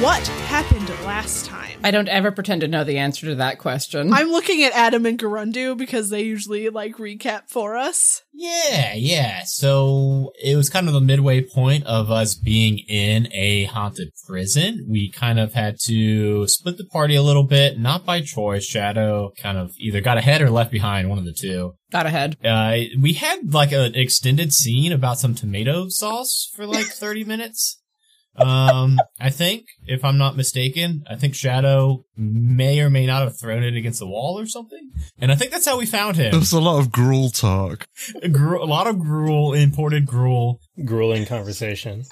what happened last time? I don't ever pretend to know the answer to that question. I'm looking at Adam and Garundu because they usually like recap for us. Yeah, yeah. So it was kind of the midway point of us being in a haunted prison. We kind of had to split the party a little bit, not by choice. Shadow kind of either got ahead or left behind, one of the two. Got ahead. Uh, we had like an extended scene about some tomato sauce for like 30 minutes. Um, I think, if I'm not mistaken, I think Shadow may or may not have thrown it against the wall or something. And I think that's how we found him. There was a lot of gruel talk. Gru- a lot of gruel, imported gruel. Grueling conversation.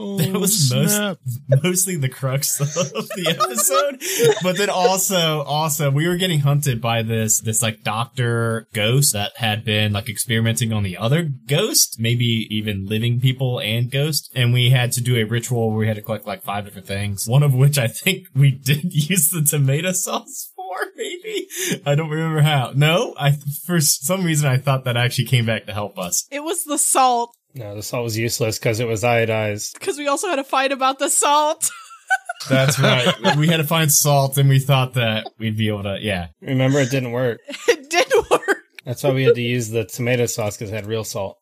Oh, That was most- snap. mostly the crux of the episode. but then also, also, we were getting hunted by this, this like doctor ghost that had been like experimenting on the other ghost, maybe even living people and ghosts. And we had to do a ritual where we had to collect like five different things, one of which I think we did use the tomato sauce for, maybe. I don't remember how. No, I, for some reason, I thought that actually came back to help us. It was the salt No, the salt was useless because it was iodized. because we also had a fight about the salt. That's right. we had to find salt and we thought that we'd be able to, yeah. Remember, it didn't work. It did work. That's why we had to use the tomato sauce because it had real salt.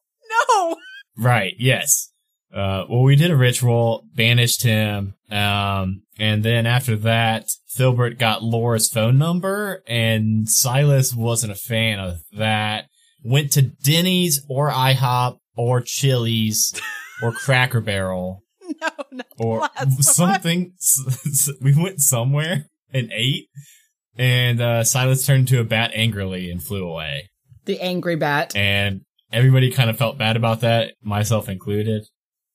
No. Right. Yes. Uh, well, we did a ritual, banished him, um, and then after that, Filbert got Laura's phone number, and Silas wasn't a fan of that. Went to Denny's or IHOP or Chili's or Cracker Barrel No, no. or Last something. we went somewhere and ate, and uh, Silas turned into a bat angrily and flew away The angry bat. and everybody kind of felt bad about that, myself included.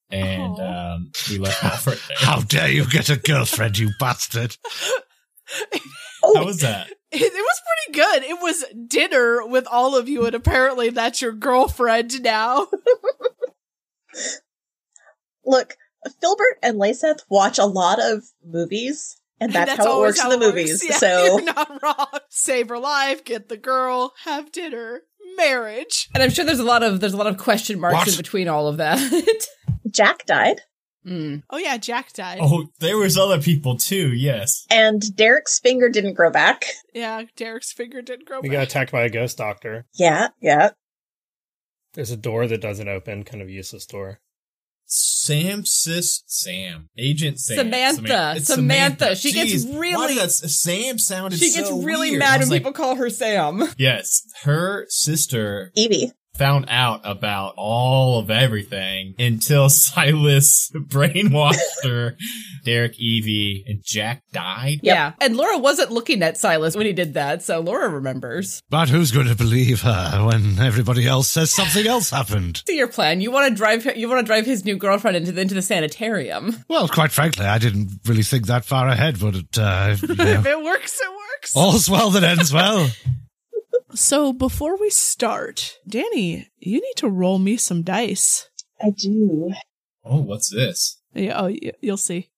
And Aw. um, we left off right there. How dare you get a girlfriend, you bastard? Oh. How was that? It, it was pretty good. It was dinner with all of you, and apparently that's your girlfriend now. Look, Filbert and Laceth watch a lot of movies, and that's, how it always works in the it works. movies. Yeah, so you're not wrong. Save her life, get the girl, have dinner, marriage. And I'm sure there's a lot of there's a lot of question marks What? in between all of that. Jack died, Mm. Oh yeah, Jack died. Oh, there was other people too. Yes. and Derek's finger didn't grow back. Yeah, Derek's finger did grow We back. got attacked by a ghost doctor. Yeah, yeah. There's a door that doesn't open, kind of useless door. Sam, sis, Sam, agent Sam, Samantha. It's Samantha. She gets Jeez, why really- did that s- Sam sounded. She gets so really weird. I mad was when like, people call her Sam. Yes, her sister Evie. found out about all of everything until Silas brainwashed her. Derek, Evie, and Jack died. Yeah. And Laura wasn't looking at Silas when he did that, so Laura remembers. But who's going to believe her when everybody else says something else happened? See your plan. You want to drive you want to drive his new girlfriend into the, into the sanitarium. Well, quite frankly, I didn't really think that far ahead, but it, uh, you know, if it works, it works. all's well that ends well. So before we start, Danny, you need to roll me some dice. I do. Oh, what's this? Yeah, oh, y- you'll see.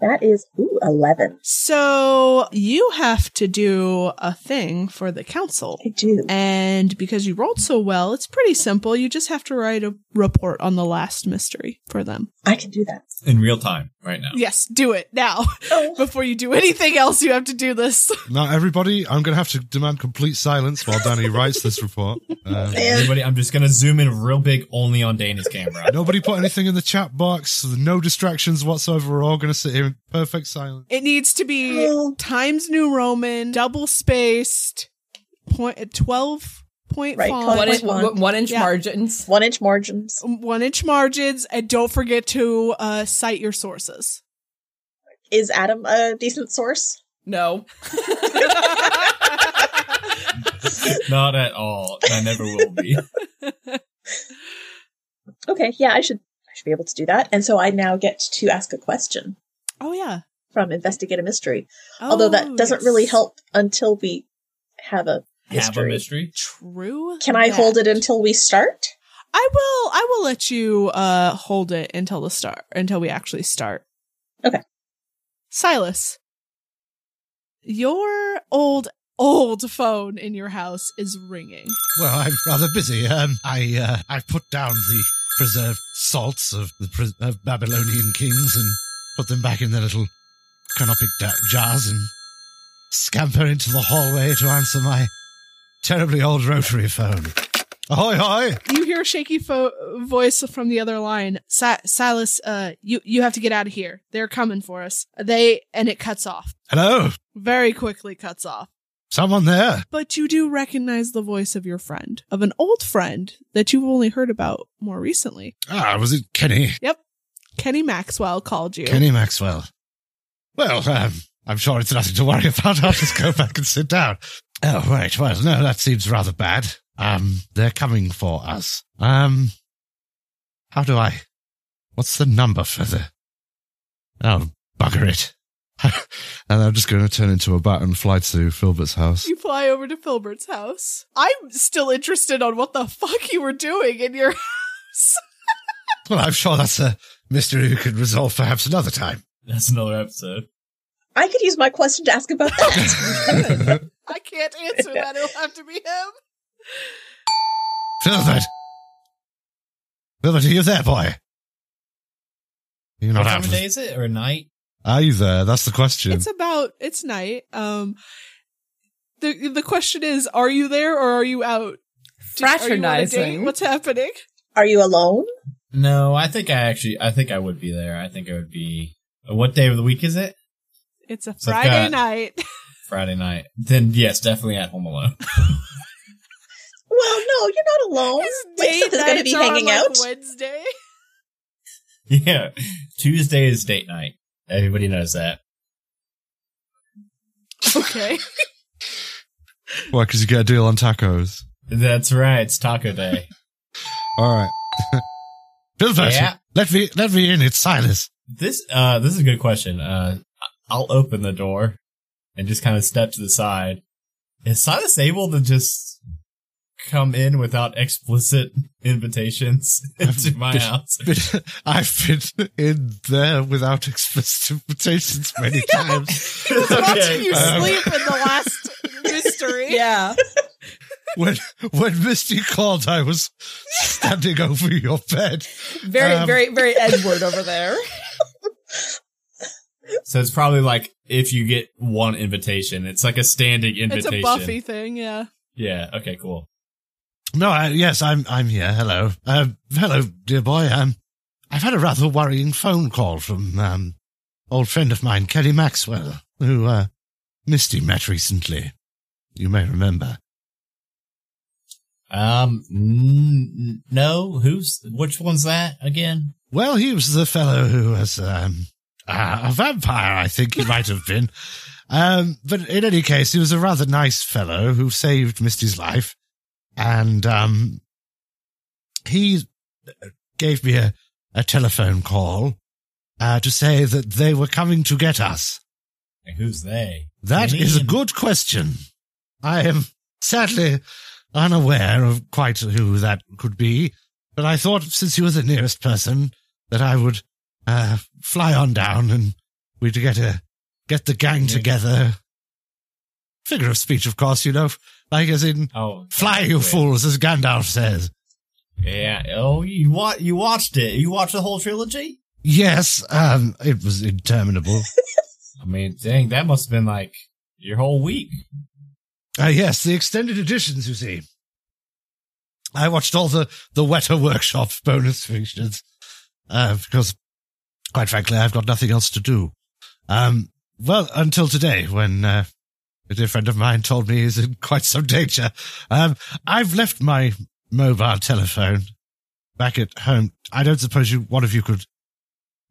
That is ooh, eleven. So you have to do a thing for the council. I do. And because you rolled so well, it's pretty simple. You just have to write a report on the last mystery for them. I can do that. in real time right now. Yes, do it now. Oh, Before you do anything else, you have to do this. Now, everybody, I'm going to have to demand complete silence while Danny writes this report. Um, man. Everybody, I'm just gonna zoom in real big only on Danny's camera. nobody put anything in the chat box. No distractions whatsoever. We're all going to sit here in perfect silence. It needs to be oh. Times New Roman, double spaced, point, 12 point Right, font. Oh, One, which in, one? one. inch Yeah. margins. One inch margins. one inch margins and don't forget to uh, cite your sources Is Adam a decent source? No. Not at all. I never will be. Okay, yeah, I should. I should be able to do that. And so I now get to ask a question oh yeah from Investigate a Mystery. Although Oh, that doesn't really help until we have a Have a mystery. mystery. true Can I that. hold it until we start? i will i will let you uh hold it until the start until we actually start Okay. silas your old old phone in your house is ringing Well, I'm rather busy. Um, I uh, I put down the preserved salts of the pres of Babylonian kings and put them back in their little canopic da- jars and scamper into the hallway to answer my terribly old rotary phone. Ahoy, hoy! You hear a shaky fo- voice from the other line. Sa- Silas, uh, you you have to get out of here. They're coming for us. They and it cuts off Hello? very quickly. Cuts off. Someone there? But you do recognize the voice of your friend, of an old friend that you've only heard about more recently. Ah, was it Kenny? Kenny Maxwell called you. Kenny Maxwell. Well, um, I'm sure it's nothing to worry about. I'll just go back and sit down. Oh, right. Well, no, that seems rather bad. Um, they're coming for us. Um, how do I? What's the number for the? Oh, bugger it. and I'm just going to turn into a bat and fly to Filbert's house. You fly over to Filbert's house. I'm still interested on what the fuck you were doing in your house. Well, I'm sure that's a mystery we could resolve perhaps another time. That's another episode. I could use my question to ask about that. Filbert, I can't answer that. It'll have to be him. Filbert, are you there, boy? You're not What out time for of day is it? Or night? Are you there? That's the question. It's about it's night. Um the the question is, are you there or are you out? Did- are you on a date? Fraternizing. What's happening? Are you alone? No, I think I actually, I think I would be there. I think it would be. What day of the week is it? It's a So I've Friday got- night. Friday night. Then yes, definitely at home alone. Well, no, you're not alone. His Lisa is going to be nights are hanging on, like, out. Wednesday. yeah, Tuesday is date night. Everybody knows that. Okay. Why? Because you get a deal on tacos. That's right. It's taco day. All right. Filbert, Yeah. let me let me in. It's Silas. this uh, this is a good question. Uh, I'll open the door and just kind of step to the side. Is Silas able to just come in without explicit invitations into my house? But I've been in there without explicit invitations many times. Watching you Uh, um, sleep in the last mystery. Yeah. When when Misty called, I was standing over your bed. Very, Um, very, very Edward over there. So it's probably like if you get one invitation, it's like a standing It's invitation. a Buffy thing, yeah. Yeah. Okay. Cool. No, I, yes, I'm I'm here. Hello, um, hello, dear boy. Um, I've had a rather worrying phone call from um, old friend of mine, Kelly Maxwell, who uh, Misty met recently. You may remember. Um. N- no. Who's? Which one's that again? Well, he was the fellow who was um, uh, a vampire, I think he might have been. Um, but in any case, he was a rather nice fellow who saved Misty's life. And um, he gave me a, a telephone call uh, to say that they were coming to get us. And who's they? That Janine. is a good question. I am sadly unaware of quite who that could be, but I thought since you were the nearest person that I would uh, fly on down and we'd get a get the gang Yeah. together. Figure of speech, of course, you know, like as in Oh, "fly, you wait. fools," as Gandalf says. Yeah. Oh, you wa- You watched it. You watched the whole trilogy. Yes, um, it was interminable. I mean, dang, that must have been like your whole week. Ah, yes, the extended editions, you see. I watched all the, the Wetter Workshop bonus features, uh, because, quite frankly, I've got nothing else to do. Um, well, until today, when, uh, a dear friend of mine told me he's in quite some danger. Um, I've left my mobile telephone back at home. I don't suppose you, one of you could,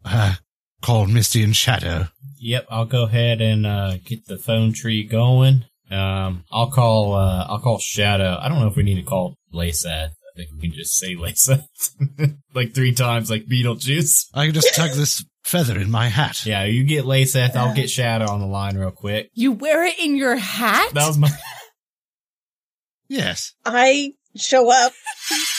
uh, call Misty and Shadow. Yep. I'll go ahead and uh, get the phone tree going. Um, I'll call. Uh, I'll call Shadow. I don't know if we need to call Layseth. I think we can just say Layseth like three times, like Beetlejuice. I can just tug this feather in my hat. Yeah, you get Layseth. I'll get Shadow on the line real quick. You wear it in your hat? That was my. Yes. I show up.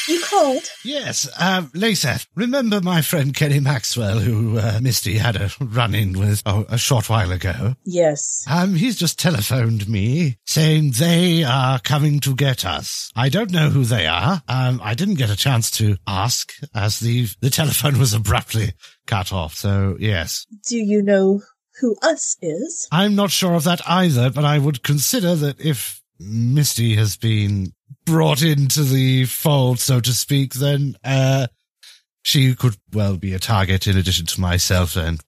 You called. Yes, uh, Laceth, remember my friend Kenny Maxwell, who uh, Misty had a run in with oh, a short while ago? Yes. Um, he's just telephoned me saying they are coming to get us. I don't know who they are. Um, I didn't get a chance to ask as the, the telephone was abruptly cut off. So yes, Do you know who us is? I'm not sure of that either, but I would consider that if Misty has been brought into the fold, so to speak, then, uh, she could well be a target in addition to myself and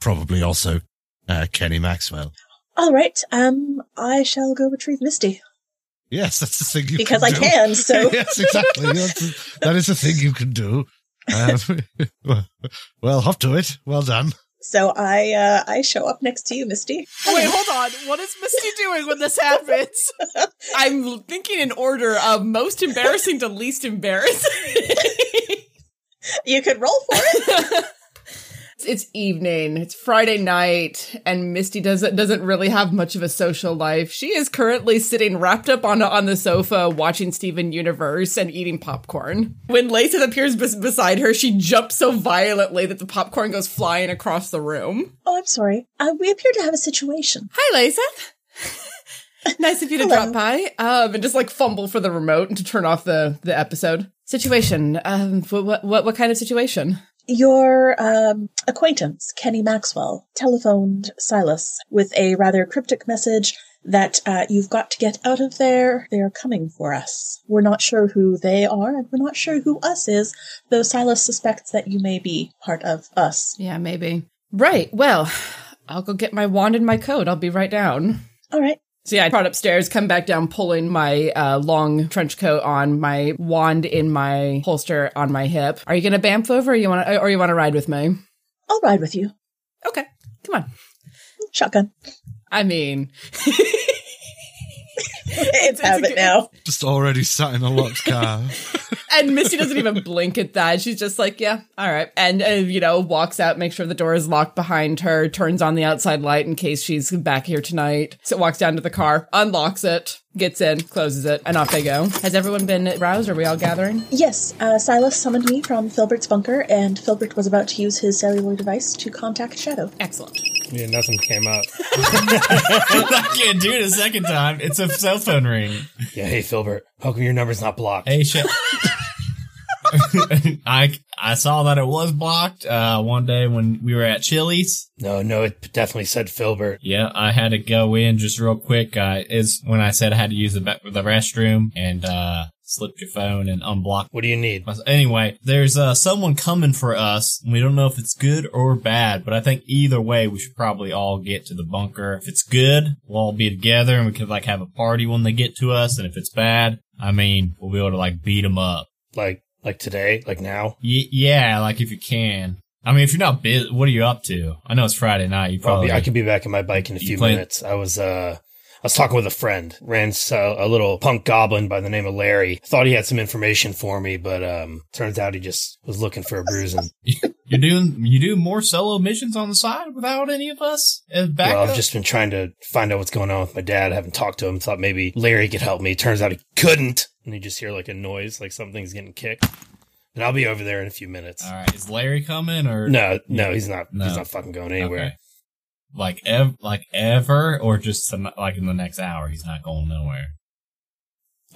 probably also, uh, Kenny Maxwell. All right. Um, I shall go retrieve Misty Yes, that's the thing you because can I do. can. So yes, exactly. That's, that is a thing you can do. Um, well, hop to it. Well done. so I uh, I show up next to you, Misty. Wait, hold on. What is Misty doing when this happens? I'm thinking in order of most embarrassing to least embarrassing. You could roll for it. it's evening. It's Friday night, and Misty doesn't doesn't really have much of a social life. She is currently sitting wrapped up on on the sofa, watching Steven Universe and eating popcorn. When Layton appears bes- beside her, she jumps so violently that the popcorn goes flying across the room. Oh, I'm sorry. Uh, we appear to have a situation. Hi, Layton. nice of you to Hello. drop by. Um, and just like fumble for the remote to turn off the the episode. Situation. Um, what what what kind of situation? Your um, acquaintance, Kenny Maxwell, telephoned Silas with a rather cryptic message that uh, you've got to get out of there. They are coming for us. We're not sure who they are, and we're not sure who us is, though Silas suspects that you may be part of us. Yeah, maybe. Right. Well, I'll go get my wand and my coat. I'll be right down. All right. So yeah, I trot upstairs, come back down, pulling my uh, long trench coat on, my wand in my holster on my hip. Are you gonna bamf over? Or you want to, or you want to ride with me? I'll ride with you. Okay, come on. Shotgun. I mean, it's it's habit good- now. Just already sat in a locked car. and Misty doesn't even blink at that. She's just like, yeah, all right, and uh, you know, walks out, makes sure the door is locked behind her, turns on the outside light in case she's back here tonight. So walks down to the car, unlocks it, gets in, closes it, and off they go. Has everyone been roused? Are we all gathering? Yes, uh, Silas summoned me from Filbert's bunker, and Filbert was about to use his cellular device to contact Shadow. Excellent. Yeah, nothing came up. I can't do it a second time. It's a cell phone ring. Yeah, hey Filbert, how come your number's not blocked? Hey, shit. I I saw that it was blocked uh, one day when we were at Chili's. No, no, it definitely said Filbert. Yeah, I had to go in just real quick. Uh, is when I said I had to use the ba- the restroom and uh, slipped your phone and unblocked. What do you need? Anyway, there's uh, someone coming for us. We don't know if it's good or bad, but I think either way, we should probably all get to the bunker. If it's good, we'll all be together and we could like have a party when they get to us. And if it's bad, I mean, we'll be able to like beat them up. Like, like today? Like now? Y- yeah, like if you can. I mean, if you're not busy, what are you up to? I know it's Friday night. You Probably. probably I could be back in my bike in a You few play- minutes. I was, uh, I was talking with a friend, ran so, a little punk goblin by the name of Larry. Thought he had some information for me, but um, turns out he just was looking for a bruising. you're doing you do more solo missions on the side without any of us as back. well, I've just been trying to find out what's going on with my dad. I haven't talked to him. Thought maybe Larry could help me. Turns out he couldn't. And you just hear like a noise, like something's getting kicked. And I'll be over there in a few minutes. all right. Is Larry coming or No, no, he's not. Uh, No. He's not fucking going anywhere. Okay. Like ev- like ever, or just some, like in the next hour, he's not going nowhere.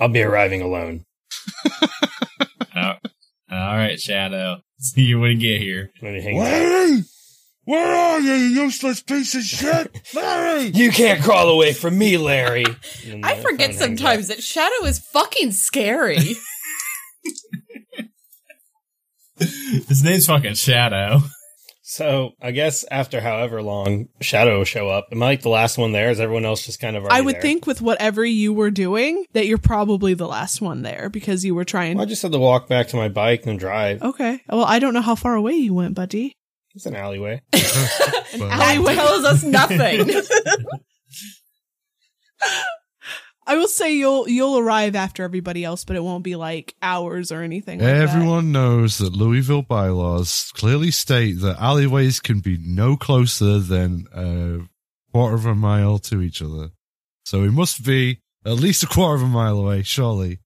I'll be arriving alone. all all right, Shadow. See you when you get here. I'm gonna hang out. Larry! Where are you, you useless piece of shit? Larry! You can't crawl away from me, Larry. And I the forget phone hangs sometimes that Shadow is fucking scary. His name's fucking Shadow. up. So I guess after however long, Shadow will show up. Am I like the last one there? Is everyone else just kind of? Already I would there? think with whatever you were doing that you're probably the last one there because you were trying. Well, I just had to walk back to my bike and drive. Okay. Well, I don't know how far away you went, buddy. It's an alleyway. that tells us nothing. I will say you'll you'll arrive after everybody else, but it won't be like hours or anything. Like that. Everyone knows that Louisville bylaws clearly state that alleyways can be no closer than a quarter of a mile to each other. So we must be at least a quarter of a mile away, surely.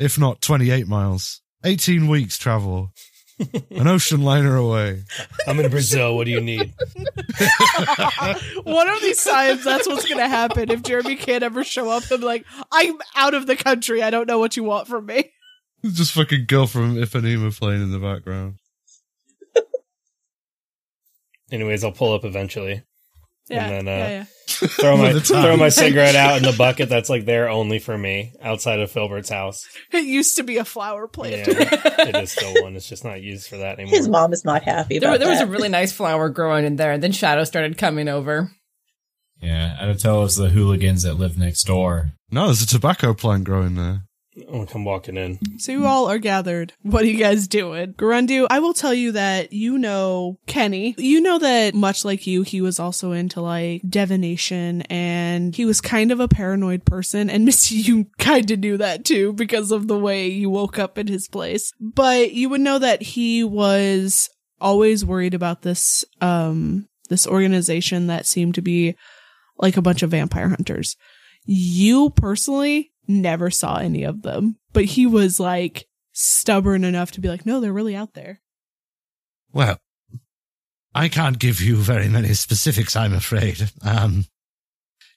if not 28 miles. 18 weeks travel. An ocean liner away. I'm in Brazil. What do you need? One of these times, that's what's going to happen if Jeremy can't ever show up. I'm like, I'm out of the country. I don't know what you want from me. Just fucking girl from Ipanema playing in the background. Anyways, I'll pull up eventually. Yeah, And then, uh, yeah, yeah. Throw my With the throw my tongue. cigarette out in the bucket that's like there only for me outside of Filbert's house. It used to be a flower Yeah, plant. it is still one. It's just not used for that anymore. His mom is not happy There, about there was a that. really nice flower growing in there, and then shadow started coming over. Yeah, and it tells the hooligans that live next door. No, there's a tobacco plant growing there. I'm gonna come walking in. So you all are gathered. What are you guys doing? Grundu, I will tell you that you know Kenny. You know that much like you, he was also into like divination and he was kind of a paranoid person. And Misty, you kind of knew that too because of the way you woke up in his place. But you would know that he was always worried about this, um, this organization that seemed to be like a bunch of vampire hunters you personally never saw any of them, but he was like stubborn enough to be like, no, they're really out there. Well, I can't give you very many specifics, I'm afraid. Um,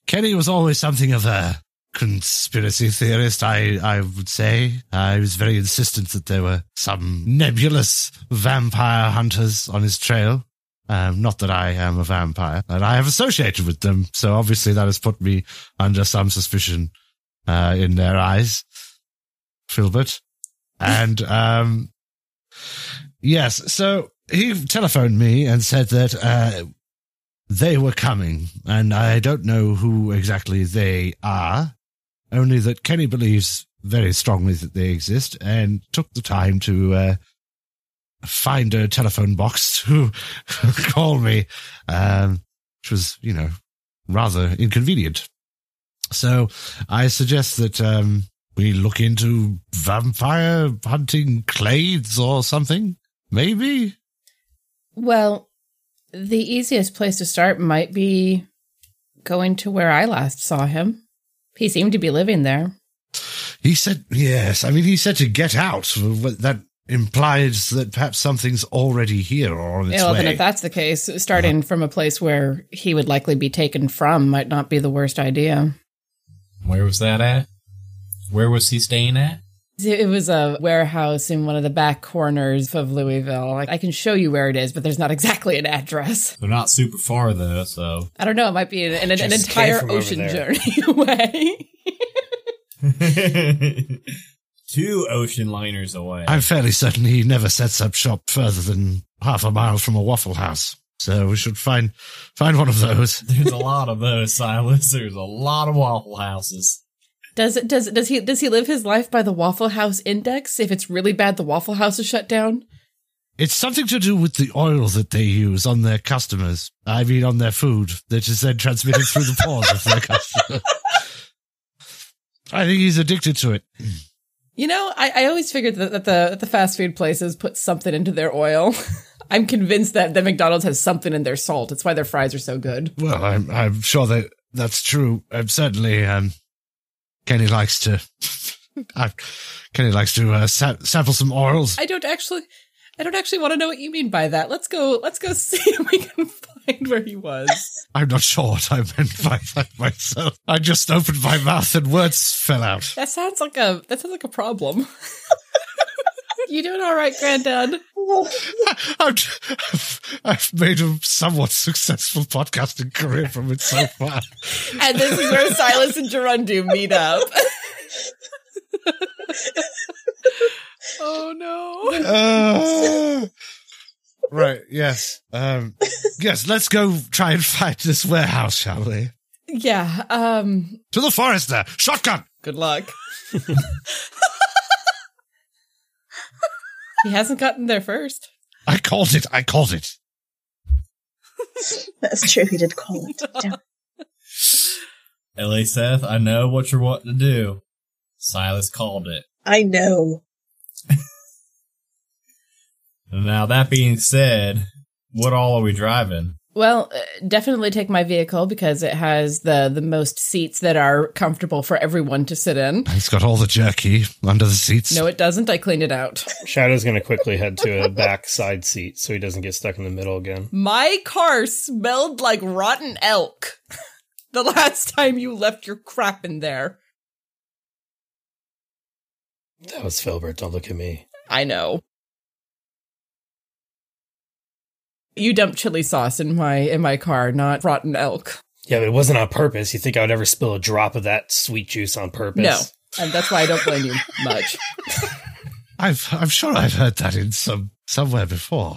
Kenny was always something of a conspiracy theorist, I, I would say. I was very insistent that there were some nebulous vampire hunters on his trail. Um, not that I am a vampire, and I have associated with them, so obviously that has put me under some suspicion uh, in their eyes, Filbert. And um, Yes. So he telephoned me and said that uh, they were coming, and I don't know who exactly they are, only that Kenny believes very strongly that they exist and took the time to uh, find a telephone box to call me, um, which was, you know, rather inconvenient. So I suggest that um, we look into vampire hunting clades or something. Maybe. Well, the easiest place to start might be going to where I last saw him. He seemed to be living there. He said, yes. I mean, he said to get out. Well, That implies that perhaps something's already here or on its Yeah, well, way. then if that's the case, Uh-huh. starting from a place where he would likely be taken from might not be the worst idea. Where was that at? Where was he staying at? It was a warehouse in one of the back corners of Louisville. Like, I can show you where it is, but there's not exactly an address. They're not super far though, so I don't know. It might be an, an, an Just came entire from over ocean there. journey away. two ocean liners away. I'm fairly certain he never sets up shop further than half a mile from a waffle house. So we should find find one of those. There's a lot of those, Silas. There's a lot of Waffle Houses. Does it does does he does he live his life by the Waffle House index? If it's really bad, the Waffle House is shut down. It's something to do with the oil that they use on their customers. I mean, on their food that is then transmitted through the pores of their customers. I think he's addicted to it. You know, I, I always figured that, that the that the fast food places put something into their oil. I'm convinced that that McDonald's has something in their salt. It's why their fries are so good. Well, I'm I'm sure that that's true. Um, certainly, um, Kenny likes to. I, Kenny likes to uh, sa- sample some orals. I don't actually, I don't actually want to know what you mean by that. Let's go. Let's go see if we can find where he was. I'm not sure what I meant by that myself. I just opened my mouth and words fell out. That sounds like a that sounds like a problem. you doing all right, Granddad? I'm, I've made a somewhat successful podcasting career from it so far. And this is where Silas and Gerundu meet up. Oh no. Uh, right. Yes. Um, yes. Let's go try and find this warehouse, shall we? yeah. Um. To the forester. Shotgun. Good luck. he hasn't gotten there first. I called it. I called it. That's true. He did call it. Damn. LA Seth, I know what you're wanting to do. Silas called it. I know. Now that being said, what all are we driving? Well, uh, definitely take my vehicle because it has the the most seats that are comfortable for everyone to sit in. It's got all the jerky under the seats. No, it doesn't. I cleaned it out. Shadow's gonna quickly head to a back side seat so he doesn't get stuck in the middle again. My car smelled like rotten elk the last time you left your crap in there. That was Filbert. Don't look at me. I know. You dumped chili sauce in my in my car, not rotten elk. Yeah, but it wasn't on purpose. You think I would ever spill a drop of that sweet juice on purpose? No. And that's why I don't blame you much. I've, I'm sure I've heard that in some somewhere before.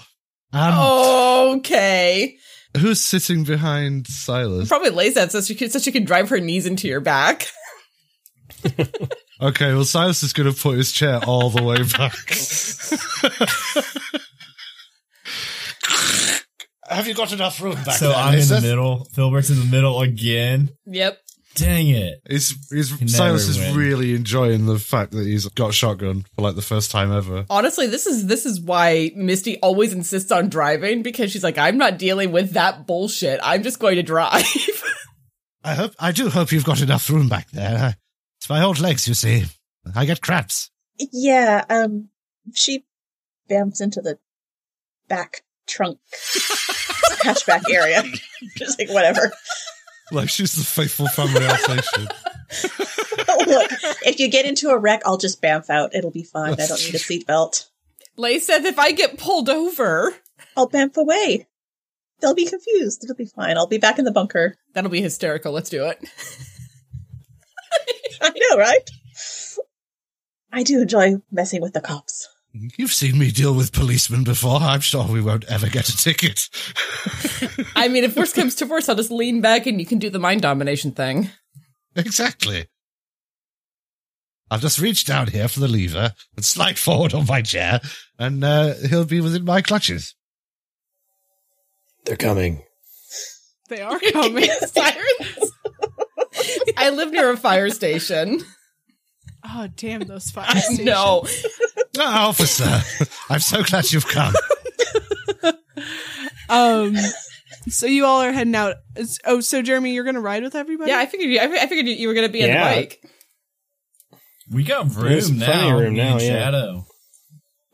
Um, Oh. Okay. Who's sitting behind Silas? Probably lays that so she could so she can drive her knees into your back. Okay, well, Silas is going to put his chair all the way back. Have you got enough room back so there, I'm in the Lisa? middle. Filbert's in the middle again. Yep. Dang it. He's, never he's, Silas is win. really enjoying the fact that he's got shotgun for like the first time ever. Honestly, this is this is why Misty always insists on driving because she's like, I'm not dealing with that bullshit. I'm just going to drive. I hope I do hope you've got enough room back there. It's my old legs, you see. I get cramps. Yeah, um, she bams into the back trunk hatchback area. Just like whatever. Like she's the faithful family Alsatian. Oh, Look, if you get into a wreck, I'll just bamf out. It'll be fine. I don't need a seatbelt. Lay said if I get pulled over, I'll bamf away. They'll be confused. It'll be fine. I'll be back in the bunker. that'll be hysterical. Let's do it. I know, right? I do enjoy messing with the cops. You've seen me deal with policemen before. I'm sure we won't ever get a ticket. I mean, if worse comes to worse, I'll just lean back and you can do the mind domination thing. Exactly. I'll just reach down here for the lever and slide forward on my chair, and uh, he'll be within my clutches. They're coming. They are coming. Sirens. I live near a fire station. oh, damn those fire I stations. know. Ah, officer, I'm so glad you've come. Um, so you all are heading out. It's- Oh, so Jeremy, you're going to ride with everybody? Yeah, I figured you. I fi- I figured you- you were going to be in the Yeah. bike. We got There's room plenty now. of room me and now, yeah. Shadow.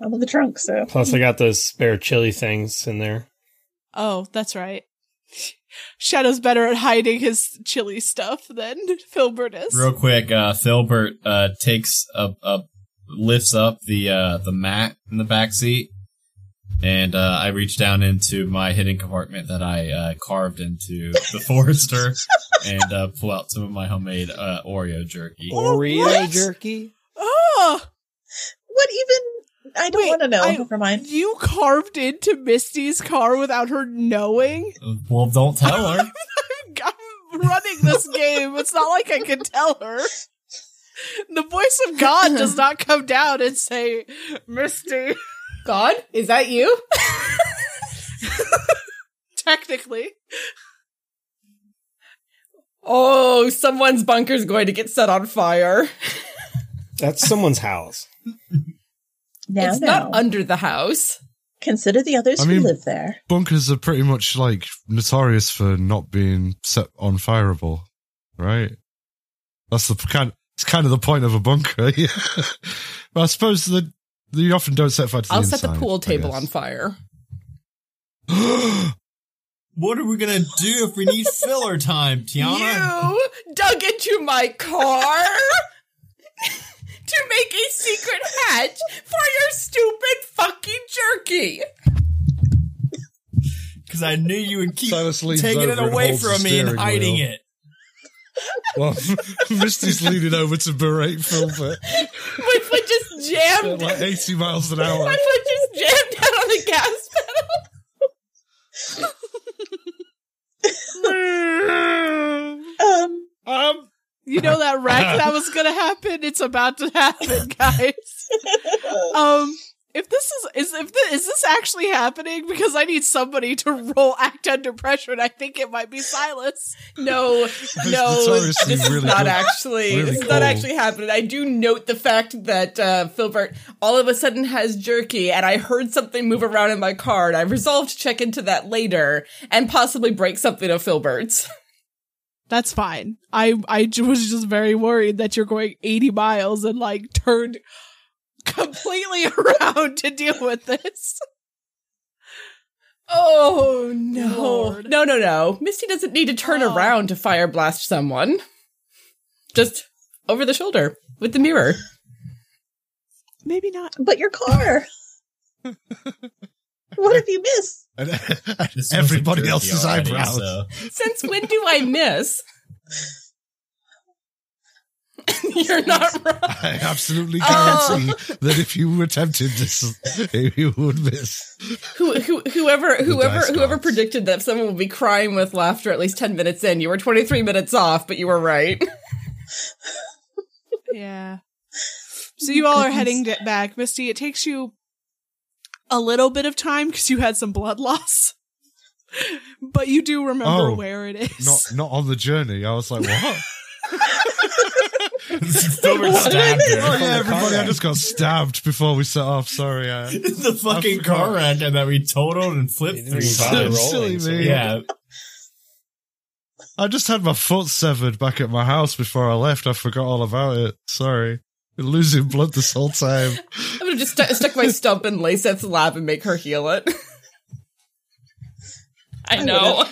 I'm in the trunk, so Plus, I got those spare chili things in there. Oh, that's right. Shadow's better at hiding his chili stuff than Filbert is. Real quick, uh, Filbert uh, takes up, up, lifts up the uh, the mat in the back seat, and uh, I reach down into my hidden compartment that I uh, carved into the Forester, and uh, pull out some of my homemade uh, Oreo jerky. Oh, Oreo what? jerky? Oh, what even? I don't Wait, want to know. I- Never mind. you carved into Misty's car without her knowing. Well, don't tell her. I'm running this game. It's not like I can tell her. The voice of God does not come down and say, Misty, God, is that you? technically. Oh, someone's bunker's going to get set on fire. That's someone's house. Now, it's now. not under the house. Consider the others I who mean- live there. Bunkers are pretty much like notorious for not being set on fireable, right? That's the kind. It's kind of the point of a bunker. Yeah. but I suppose that you often don't set fire to the I'll set the inside, pool I table guess. on fire. What are we gonna do if we need filler time, Tiana? You dug into my car to make a secret hatch for your stupid fucking jerky. Because I knew you would keep Silas leans taking it over and away holds the from me and steering hiding wheel. it. Well, Misty's leaning over to berate Filbert My foot just at jammed. like 80 miles an My hour. foot just jammed down on the gas pedal. Um, Um, You know that wreck that was going to happen? It's about to happen, guys. Um, If this is is if this, is this actually happening? Because I need somebody to roll act under pressure, and I think it might be Silas. No, that's no, this honestly is really not cool. actually Really this is not cool. actually happening. I do note the fact that uh, Filbert all of a sudden has jerky, and I heard something move around in my car, and I resolved to check into that later and possibly break something of Filbert's. That's fine. I I j- was just very worried that you're going 80 miles and like turned completely around to deal with this. Oh no, Lord. no, no, no! Misty doesn't need to turn Oh. around to fire blast someone. Just over the shoulder with the mirror. Maybe not. But your car. what have you missed? And, This one's everybody jerky else's already, eyebrows. so- Since when do I miss? You're not wrong. I absolutely Oh. guarantee that if you attempted this, you would miss. Who, who, whoever, whoever, dice whoever gods. predicted that someone would be crying with laughter at least ten minutes in. You were twenty three minutes off, but you were right. Yeah. So you all are heading d- back, Misty. It takes you a little bit of time because you had some blood loss, but you do remember Oh, where it is. Not not on the journey. I was like, what? Filbert stabbed her. oh yeah, The car everybody! I wreck. just got stabbed before we set off. Sorry. Uh, the fucking I forgot. car wreck that we totaled and flipped Didn't through. even bother Silly rolling, so me. we- Yeah, I just had my foot severed back at my house before I left. I forgot all about it. Sorry. Been losing blood this whole time. I'm gonna just stu- stuck my stump in Laceth's lap and make her heal it. I know.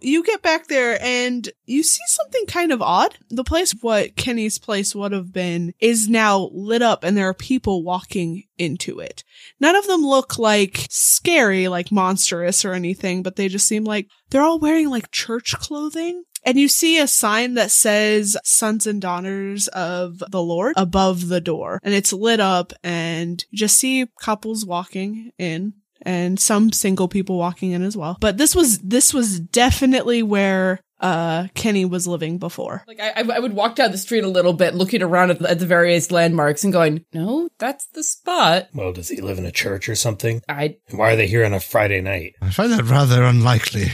you get back there and you see something kind of odd. The place what Kenny's place would have been is now lit up and there are people walking into it. None of them look like scary, like monstrous or anything, but they just seem like they're all wearing like church clothing. And you see a sign that says Sons and Daughters of the Lord above the door. And it's lit up and you just see couples walking in and some single people walking in as well. But this was this was definitely where uh Kenny was living before. Like I, I would walk down the street a little bit, looking around at the, at the various landmarks and going, "No, that's the spot." Well, does he live in a church or something? I And why are they here on a Friday night? I find that rather unlikely.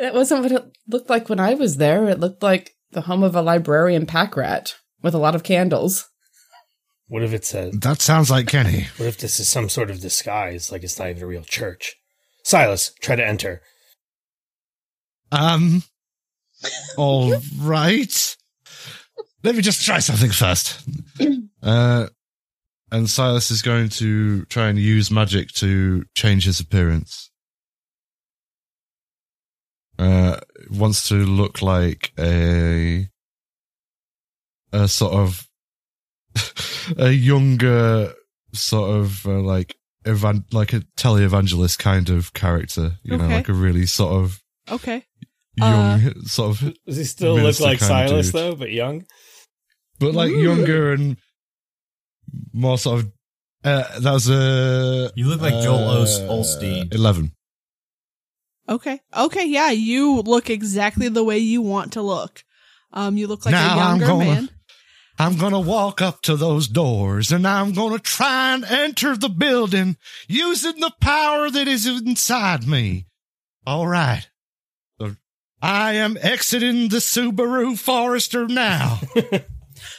that wasn't what it looked like when I was there. It looked like the home of a librarian pack rat with a lot of candles. What if it's a That sounds like Kenny. what if this is some sort of disguise, like it's not even a real church? Silas, try to enter. Um. All right. Let me just try something first. Uh, and Silas is going to try and use magic to change his appearance. Uh, wants to look like a a sort of a younger sort of uh, like evan- like a televangelist kind of character, you know, Okay. like a really sort of Okay. Uh, young sort of Does he still Minister look like kind of Silas dude. though, but young? but like Ooh. younger and more sort of uh, that was a uh, You look like Joel Uh, Os- Olstein. 11 Okay. Okay, yeah, you look exactly the way you want to look. Um you look like Now a I'm younger gonna- man. I'm gonna walk up to those doors and I'm gonna try and enter the building using the power that is inside me. All right. So I am exiting the Subaru Forester now.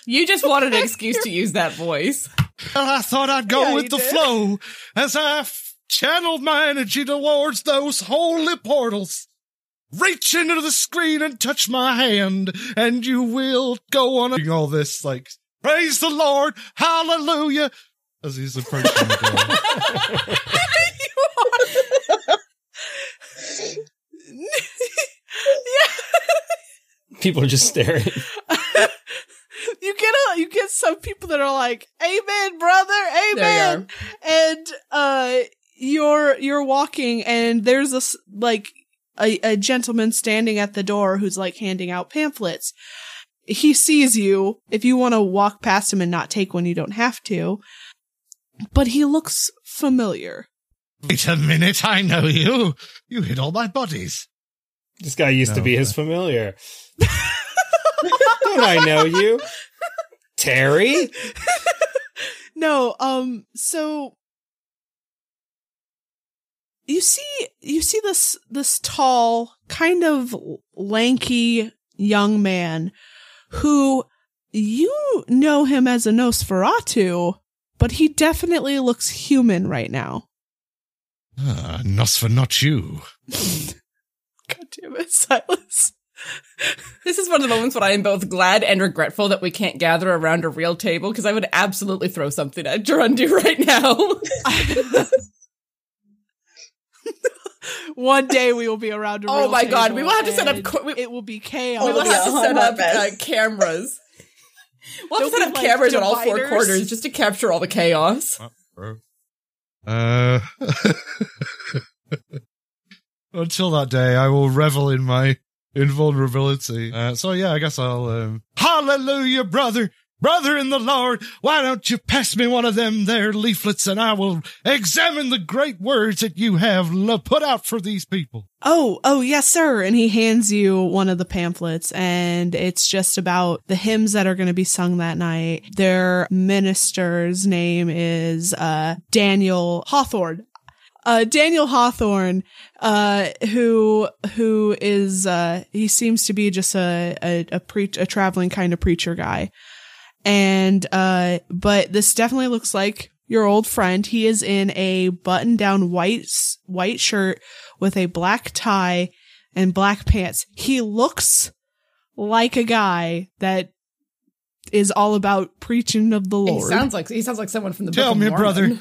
You just wanted an excuse to use that voice. Well, I thought I'd go Yeah, you with the did. flow as I f- channeled my energy towards those holy portals. Reach into the screen and touch my hand, and you will go on doing all this. Like, praise the Lord, hallelujah, as he's approaching the door. People are just staring. you get a you get some people that that are like, "Amen, brother, There amen." And uh, you're you're walking, and there's this like a, a gentleman standing at the door who's like handing out pamphlets. He sees you. If you want to walk past him and not take one, you don't have to. But he looks familiar. Wait a minute, I know you. You hit all my bodies. This guy used to No, uh, be his familiar. Don't I know you? Terry? No, um, so you see, you see this this tall, kind of lanky young man who you know him as a Nosferatu, but he definitely looks human right now. Ah, Nosferatu. God damn it, Silas. This is one of the moments when I am both glad and regretful that we can't gather around a real table because I would absolutely throw something at Gerundu right now. One day we will be around. A Oh real my God, table we will have to set up and co- we- it will be chaos. we will yeah, have to hot set up uh, mess. cameras. We'll There'll have to set be, up like, cameras on all four dividers. corners just to capture all the chaos. Uh, until that day, I will revel in my invulnerability. Uh, so yeah, I guess I'll. Um, Hallelujah, brother, brother in the Lord. Why don't you pass me one of them there leaflets, and I will examine the great words that you have lo- put out for these people. oh, oh, yes, sir. And he hands you one of the pamphlets, and it's just about the hymns that are going to be sung that night. Their minister's name is uh, Daniel Hawthorne. Uh, Daniel Hawthorne, uh, who who is uh, he seems to be just a a, a, pre- a traveling kind of preacher guy, and uh, but this definitely looks like your old friend. He is in a button down white s- white shirt with a black tie and black pants. He looks like a guy that is all about preaching of the He Lord. sounds like he sounds like someone from the Tell Book of me, Mormon. brother.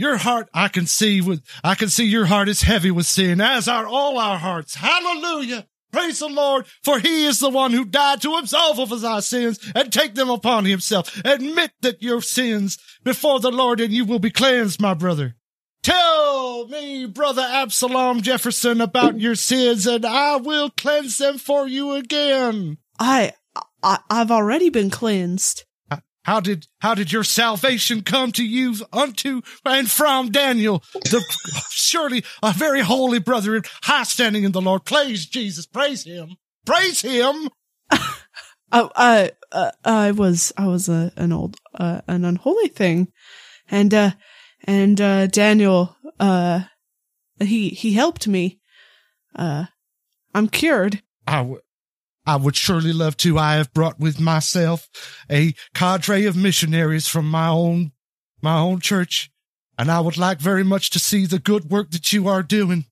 Your heart, I can see with, I can see your heart is heavy with sin, as are all our hearts. Hallelujah. Praise the Lord, for he is the one who died to absolve us of our sins and take them upon himself. Admit that your sins before the Lord and you will be cleansed, my brother. Tell me, brother Absalom Jefferson, about your sins and I will cleanse them for you again. I, I I've already been cleansed. How did how did your salvation come to you unto and from Daniel, the surely a very holy brother and high standing in the Lord? Praise Jesus, praise him, praise him. Oh, uh, uh, I was, I was a, an old, uh, an unholy thing. And, uh, and, uh, Daniel, uh, he, he helped me. Uh, I'm cured. I would I would surely love to. I have brought with myself a cadre of missionaries from my own my own church, and I would like very much to see the good work that you are doing,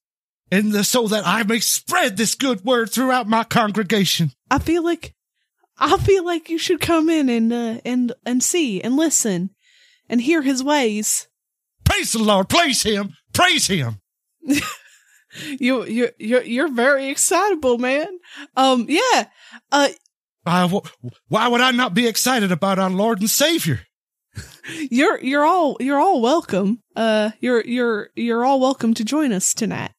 and the, so that I may spread this good word throughout my congregation. I feel like, I feel like you should come in and, uh, and, and see and listen and hear his ways. Praise the Lord, praise him, praise him. You, you, you're, you're very excitable, man. Um, yeah. Uh, wh- why would I not be excited about our Lord and Savior? you're you're all you're all welcome. Uh, you're you're you're all welcome to join us tonight.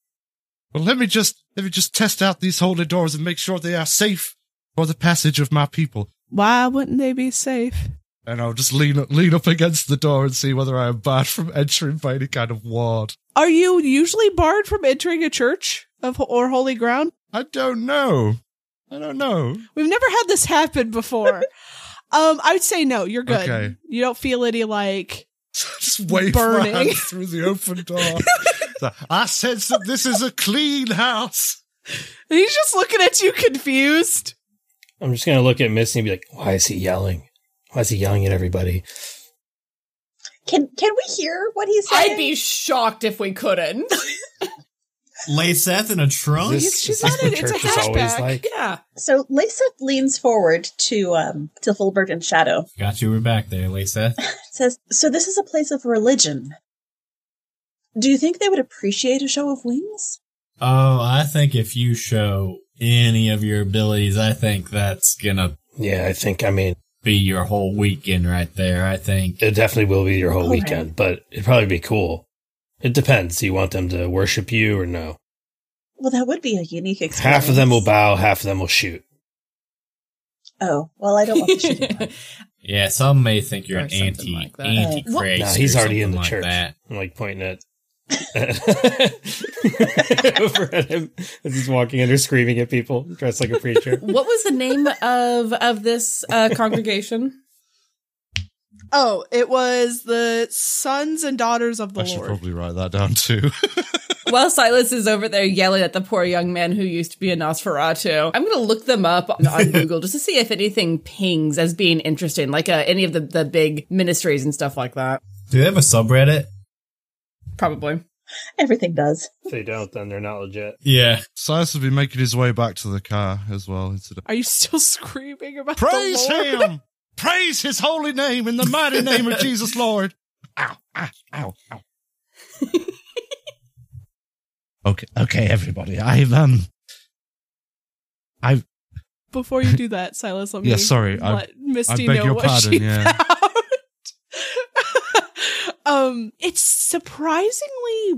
Well, let me just let me just test out these holy doors and make sure they are safe for the passage of my people. Why wouldn't they be safe? And I'll just lean up, lean up against the door and see whether I am barred from entering by any kind of ward. Are you usually barred from entering a church of or holy ground? I don't know. I don't know. We've never had this happen before. um, I would say no. You're good. Okay. You don't feel any like just wave Burning. my hands through the open door. So, I sense that this is a clean house. he's just looking at you confused. I'm just going to look at Misty and be like, why is he yelling? Why is he yelling at everybody? Can can we hear what he's saying? I'd be shocked if we couldn't. Lay Seth in a trunk? Is Oh, he's- she's is this not what in- it's a church is always hatchback. like? yeah. so Lacet leans forward to um to Fulbert and Shadow. Got you. We're back there, Lay Seth. says, So this is a place of religion. Do you think they would appreciate a show of wings? Oh, I think if you show any of your abilities, I think that's gonna Yeah, I think, I mean, be your whole weekend right there, I think. It definitely will be your whole All right. weekend, but it'd probably be cool. It depends. Do you want them to worship you or no? Well, that would be a unique experience. Half of them will bow, half of them will shoot. Oh, well, I don't want to shoot. them. Yeah, some may think you're Or an something anti like that. anti Christ. No, he's already in the like church. That. I'm like pointing at over at him as he's walking under, screaming at people, dressed like a preacher. What was the name of of this uh, congregation? Oh, it was the sons and daughters of the I should Lord. probably write that down too. While Silas is over there yelling at the poor young man who used to be a Nosferatu, I'm going to look them up on, on Google just to see if anything pings as being interesting, like uh, any of the, the big ministries and stuff like that. Do they have a subreddit? Probably. Everything does. If they don't, then they're not legit. Yeah. Silas will be making his way back to the car as well. incidentally. Are you still screaming about Praise the Lord? him! Praise his holy name in the mighty name of Jesus Lord. Ow, ow, ow, ow. okay, okay, everybody. I've um I've Before you do that, Silas, let me Yeah, sorry, I- let Misty I beg know your what pardon, she yeah. found. um, it's surprisingly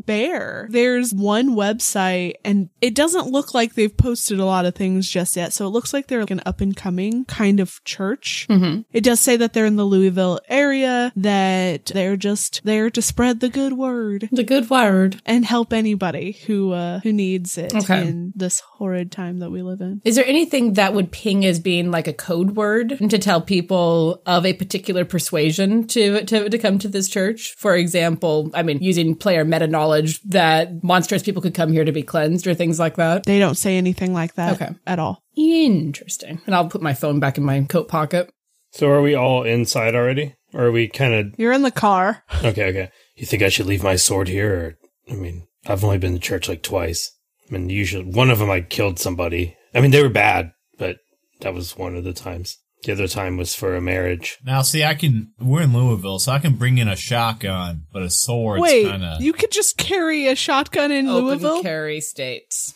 bare. There's one website, and it doesn't look like they've posted a lot of things just yet. So it looks like they're like an up and coming kind of church. Mm-hmm. It does say that they're in the Louisville area, that they're just there to spread the good word The good word. and help anybody who uh, who needs it Okay. in this horrid time that we live in. Is there anything that would ping as being like a code word to tell people of a particular persuasion to, to, to come to this church? For example, I mean, using player meta knowledge that monstrous people could come here to be cleansed or things like that. They don't say anything like that Okay. at all. Interesting. And I'll put my phone back in my coat pocket. So are we all inside already? Or are we kind You're in the car. of okay? Okay. You think I should leave my sword here? Or I mean, I've only been to church like twice. I mean, usually one of them I killed somebody. I mean, they were bad, but that was one of the times. The other time was for a marriage. Now, see, I can. We're in Louisville, so I can bring in a shotgun, but a sword's Wait, kind of. you could just carry a shotgun in Louisville? Open carry states.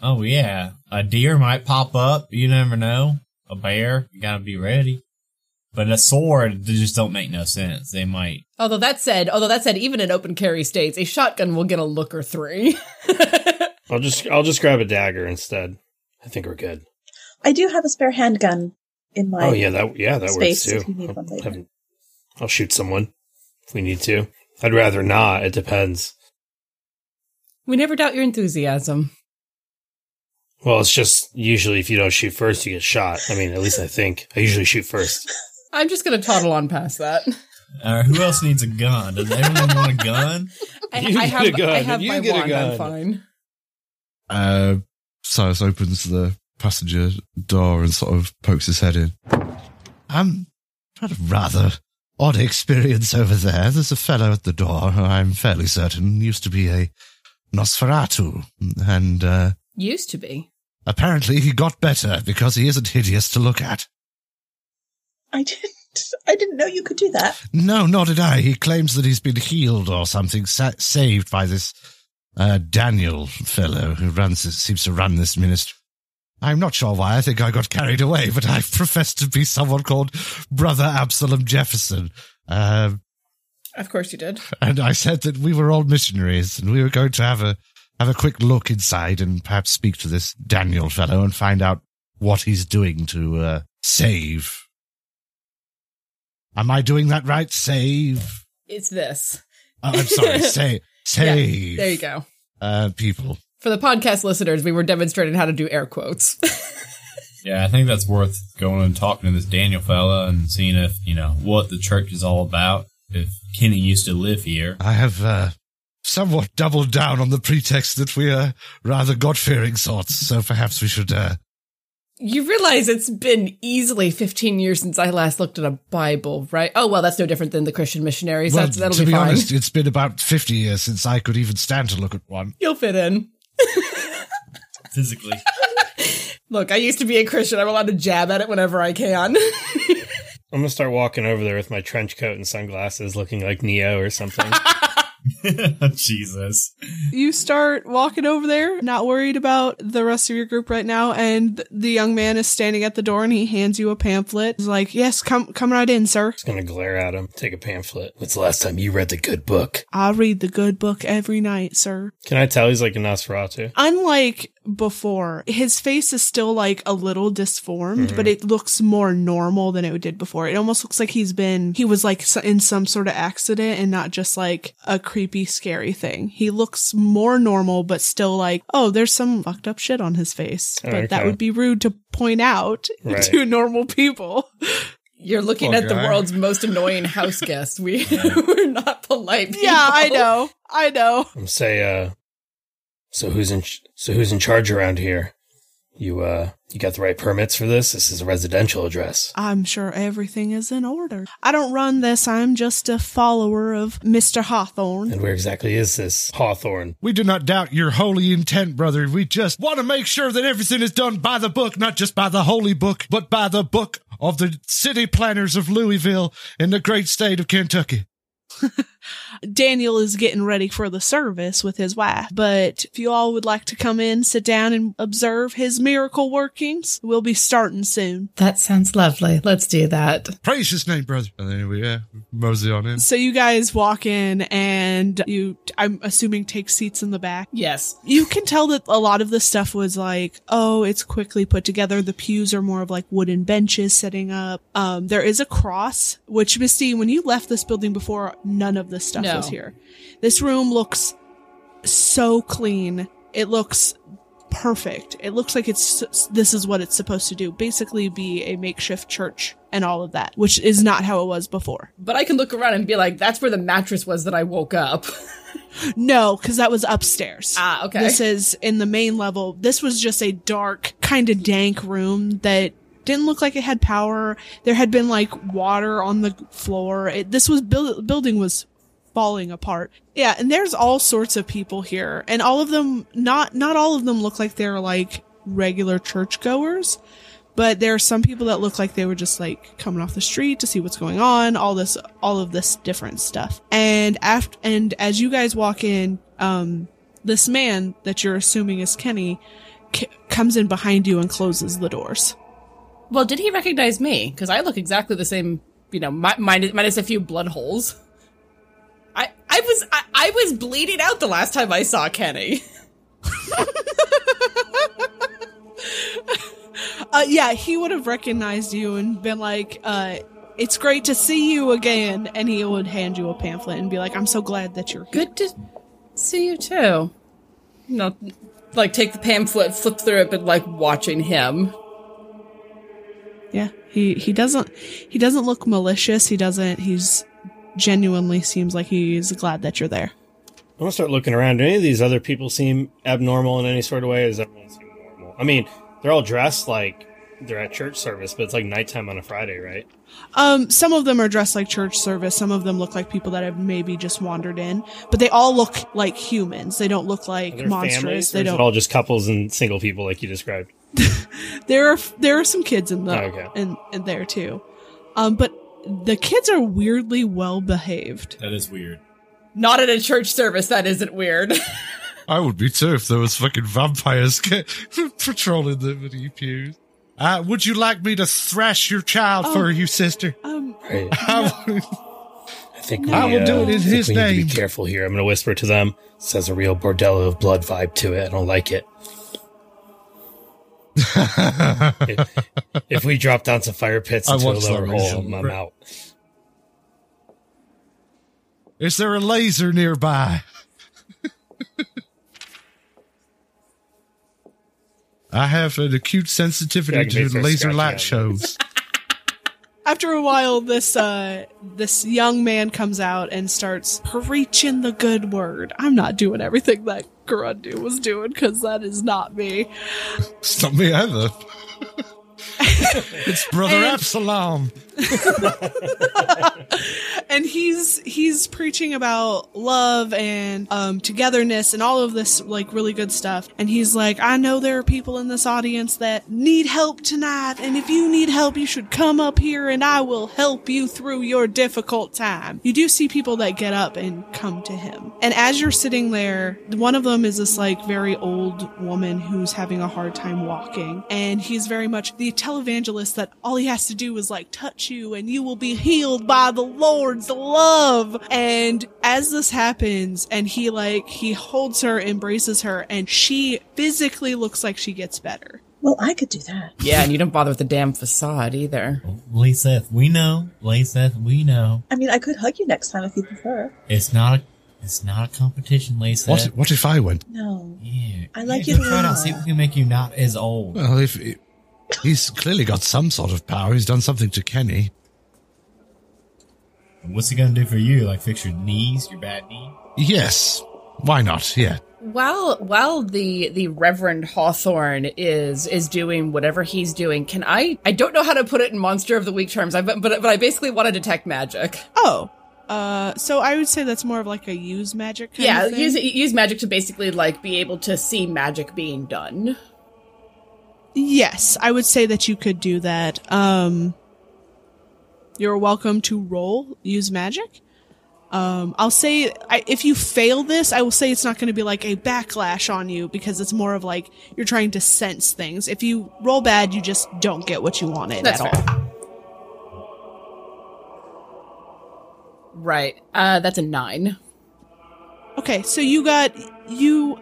oh yeah, a deer might pop up. You never know. A bear, you gotta be ready. But a sword, they just don't make no sense. They might. Although that said, although that said, even in open carry states, a shotgun will get a look or three. I'll just I'll just grab a dagger instead. I think we're good. I do have a spare handgun in my. Oh yeah, that yeah that Space works if too. you need I'll- one later. I'll, I'll shoot someone if we need to. I'd rather not. It depends. we never doubt your enthusiasm. Well, it's just usually if you don't shoot first, you get shot. I mean, at least I think I usually shoot first. I'm just gonna toddle on past that. Uh, who else needs a gun? Does anyone want a gun? I, You I get have, a gun, I have you my get a wand. I'm gun. fine. uh Silas opens the passenger door and sort of pokes his head in. Um had a rather odd experience over there. There's a fellow at the door who I'm fairly certain used to be a Nosferatu and uh Used to be. Apparently, he got better because he isn't hideous to look at. I didn't. I didn't know you could do that. No, nor did I. He claims that he's been healed or something, sa- saved by this uh, Daniel fellow who runs this, seems to run this ministry. I'm not sure why I think I got carried away, but I profess to be someone called Brother Absalom Jefferson. Um, Of course you did. and I said that we were all missionaries and we were going to have a have a quick look inside and perhaps speak to this Daniel fellow and find out what he's doing to uh, save. Am I doing that right? Save. It's this. Oh, I'm sorry. Say Yeah, save. there you go. Uh, people. For the podcast listeners, we were demonstrating how to do air quotes. Yeah, I think that's worth going and talking to this Daniel fella and seeing if, you know, what the church is all about. If Kenny used to live here. I have uh, somewhat doubled down on the pretext that we are rather God fearing sorts, so perhaps we should. Uh, You realize it's been easily 15 years since I last looked at a Bible, right? Oh, well, that's no different than the Christian missionaries. well, that's, that'll to be, be fine. honest, it's been about 50 years since I could even stand to look at one. You'll fit in. Physically. Look, I used to be a Christian. I'm allowed to jab at it whenever I can. I'm gonna start walking over there with my trench coat and sunglasses, looking like Neo or something. Jesus. You start walking over there, not worried about the rest of your group right now, and th- the young man is standing at the door and he hands you a pamphlet. He's like, "Yes, come come right in, sir. Just gonna glare at him. Take a pamphlet. When's the last time you read the good book? I read the good book every night, sir." Can I tell he's like a Nosferatu? Unlike before, his face is still like a little disformed, Mhm. but it looks more normal than it did before. It almost looks like he's been, he was like s- in some sort of accident and not just like a creepy, scary thing. He looks more normal, but still like, oh, there's some fucked up shit on his face. But that Okay. would be rude to point out Right. to normal people. You're looking Poor at the guy. world's most annoying house guest. We we're not polite. People. yeah, I know. I know. I'm say, uh, so who's in? ch- So who's in charge around here? You, uh, you got the right permits for this? This is a residential address. I'm sure everything is in order. I don't run this. I'm just a follower of Mr. Hawthorne. And where exactly is this Hawthorne? We do not doubt your holy intent, brother. We just want to make sure that everything is done by the book, not just by the holy book, but by the book of the city planners of Louisville in the great state of Kentucky. Daniel is getting ready for the service with his wife. But if you all would like to come in, sit down, and observe his miracle workings, we'll be starting soon. That sounds lovely. Let's do that. Praise his name, brother. And then we uh, mosey on in. So you guys walk in and you, I'm assuming, take seats in the back. Yes. You can tell that a lot of this stuff was like, oh, it's quickly put together. The pews are more of like wooden benches setting up. Um, there is a cross, which Misty, when you left this building before, none of this stuff No. was here. This room looks so clean. It looks perfect. It looks like it's this is what it's supposed to do. Basically, be a makeshift church and all of that, which is not how it was before. But I can look around and be like, that's where the mattress was that I woke up. No, because that was upstairs. Ah, okay. This is in the main level. This was just a dark, kind of dank room that didn't look like it had power. There had been like water on the floor. It, this was build, building was falling apart. Yeah, and there's all sorts of people here, and all of them not not all of them look like they're like regular churchgoers. But there are some people that look like they were just like coming off the street to see what's going on, all this, all of this different stuff. And after, and as you guys walk in, um, this man that you're assuming is Kenny c- comes in behind you and closes the doors. well, did he recognize me? Because I look exactly the same. You know, mi- minus, minus a few blood holes. I I was I, I was bleeding out the last time I saw Kenny. Uh, yeah, he would have recognized you and been like, uh, it's great to see you again. And he would hand you a pamphlet and be like, I'm so glad that you're here. Good to see you too. No, like take the pamphlet, flip through it, but like watching him. Yeah, he, he doesn't, he doesn't look malicious. He doesn't, he's genuinely seems like he's glad that you're there. I'm gonna start looking around. Do any of these other people seem abnormal in any sort of way? Or does everyone seem normal? I mean, they're all dressed like they're at church service, but it's like nighttime on a Friday, right? Um, some of them are dressed like church service. Some of them look like people that have maybe just wandered in, but they all look like humans. They don't look Are like there monsters. families, or They is don't. it all just couples and single people, like you described? there are there are some kids in the Oh, okay. in, in there too, um, but the kids are weirdly well behaved. That is weird. Not at a church service. That isn't weird. I would be too if there was fucking vampires ca- patrolling the mini pews. Uh, would you like me to thrash your child Oh. for you, sister? Um, Right. I would- I think No. we, I will do uh, it in I think his we Need name. to be careful here. I'm going to whisper to them. This has a real bordello of blood vibe to it. I don't like it. if, if we drop down some fire pits I into a watched that lower hole, recently. I'm, I'm out. Is there a laser nearby? I have an acute Yeah, I sensitivity can to basically laser scratch light it. shows. after a while, this uh, this young man comes out and starts preaching the good word. I'm not doing everything that Grundy was doing because that is not me. it's not me either. It's Brother And- Absalom. and he's he's preaching about love and um, togetherness and all of this like really good stuff and he's like i know there are people in this audience that need help tonight and if you need help you should come up here and i will help you through your difficult time you do see people that get up and come to him and as you're sitting there one of them is this like very old woman who's having a hard time walking and he's very much the televangelist that all he has to do is like touch you and you will be healed by the lord's love and as this happens and he like he holds her embraces her and she physically looks like she gets better Well, I could do that. Yeah, and you don't bother with the damn facade either. Lee Seth, we know. Lee Seth, we know. I mean, I could hug you next time if you prefer. It's not a, it's not a competition, Lee Seth. What, what if I went? No. Yeah. I like yeah, it go Try it out. now. See if we can make you not as old. Well, if he's clearly got some sort of power, he's done something to Kenny. What's he gonna do for you? Like fix your knees, your bad knee? Yes, why not? Yeah, While while the the Reverend Hawthorne is is doing whatever he's doing, can I? I don't know how to put it in Monster of the Week terms. I but but, but I basically want to detect magic. oh uh so i would say that's more of like a use magic kind yeah, of thing. use use magic to basically like be able to see magic being done. Yes, I would say that you could do that. Um, you're welcome to roll, use magic. Um, I'll say I, if you fail this, I will say it's not going to be like a backlash on you because it's more of like you're trying to sense things. If you roll bad, you just don't get what you wanted That's at fair. all. Right. Uh, that's a nine. Okay, so you got you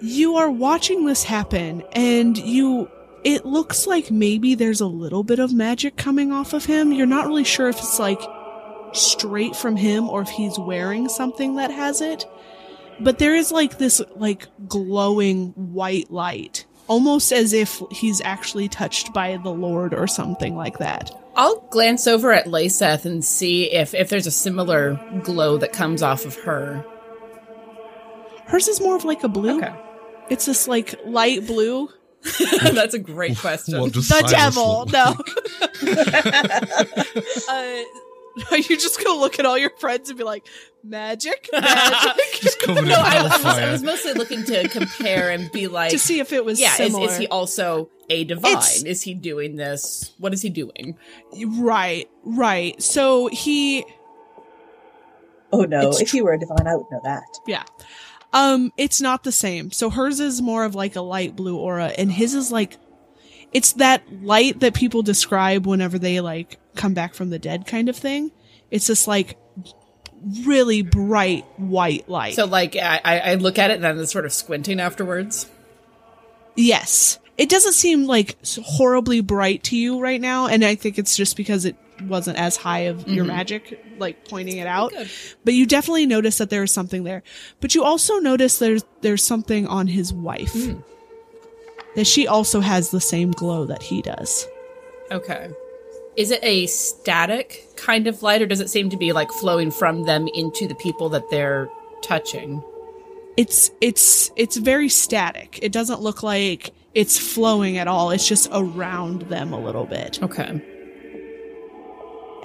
you are watching this happen and you it looks like maybe there's a little bit of magic coming off of him. You're not really sure if it's like straight from him or if he's wearing something that has it. But there is like this like glowing white light, almost as if he's actually touched by the Lord or something like that. I'll glance over at Lyseth and see if if there's a similar glow that comes off of her. Hers is more of like a blue. Okay. It's this like light blue. that's a great question. What does the Silas devil. look No. like? uh, are you just gonna look at all your friends and be like, magic, magic, Just covered No, in I, I was, I hellfire. was mostly looking to compare and be like, to see if it was yeah, is, similar. is he also a divine? It's- is he doing this? What is he doing? right, right. So he, Oh no, It's if you were a divine, I would know that. yeah. Um, it's not the same. So hers is more of like a light blue aura, and his is like, it's that light that people describe whenever they like come back from the dead, kind of thing. It's this like really bright white light. So, like, I, I I look at it and I'm sort of squinting afterwards. Yes. It doesn't seem like s- horribly bright to you right now, and I think it's just because it wasn't as high of your magic, like pointing it out. But you definitely notice that there is something there. But you also notice there's there's something on his wife. That she also has the same glow that he does. Okay. Is it a static kind of light, or does it seem to be like flowing from them into the people that they're touching? It's it's it's very static. It doesn't look like it's flowing at all. It's just around them a little bit. Okay.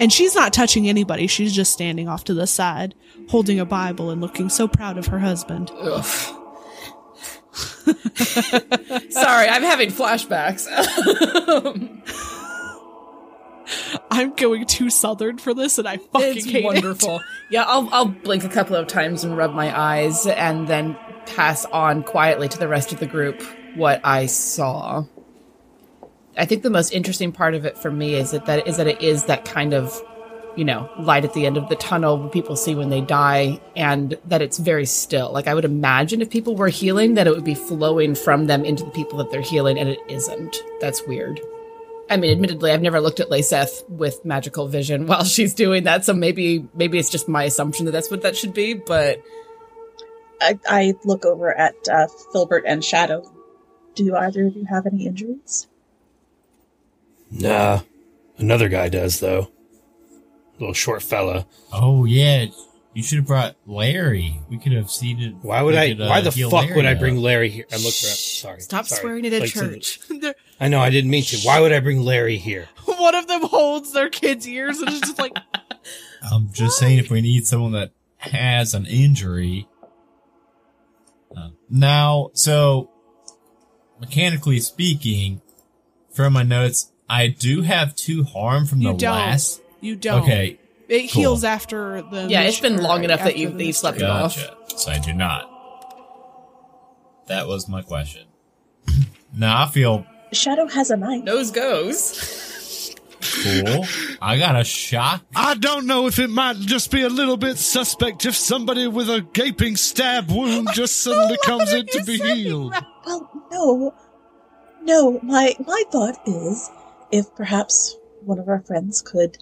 And she's not touching anybody. She's just standing off to the side, holding a Bible and looking so proud of her husband. Ugh. Sorry, I'm having flashbacks. I'm going too southern for this and I fucking it's hate wonderful. Yeah, I'll I'll blink a couple of times and rub my eyes, and then pass on quietly to the rest of the group what I saw. I think the most interesting part of it for me is that that is that it is that kind of, you know, light at the end of the tunnel what people see when they die, and that it's very still. Like I would imagine if people were healing, that it would be flowing from them into the people that they're healing, and it isn't. That's weird. I mean, admittedly, I've never looked at Laceth with magical vision while she's doing that, so maybe maybe it's just my assumption that that's what that should be. But I, I look over at uh, Filbert and Shadow. Do either of you have any injuries? Nah. Another guy does, though. Little short fella. Oh yeah, you You should have brought Larry. We could have seated. Why would we I? could, uh, why the heal fuck would I Larry bring up. Larry here? I looked her up. Sorry. Stop Sorry. swearing at a Like, so- church. They're- I know I didn't mean to. Why would I bring Larry here? One of them holds their kid's ears and is just like, I'm just saying, if we need someone that has an injury. Uh, now, so mechanically speaking, from my notes, I do have two harm from you the don't. last. You don't. Okay, It cool. heals after the. Yeah, it's been mystery- long enough that after you've- the that you've slept mystery. it off. Gotcha. So I do not. That was my question. now I feel Shadow has a knife. Nose goes. cool. I got a shock. I don't know if it might just be a little bit suspect if somebody with a gaping stab wound just suddenly comes in to be healed. Well, no, no. My my thought is, if perhaps one of our friends could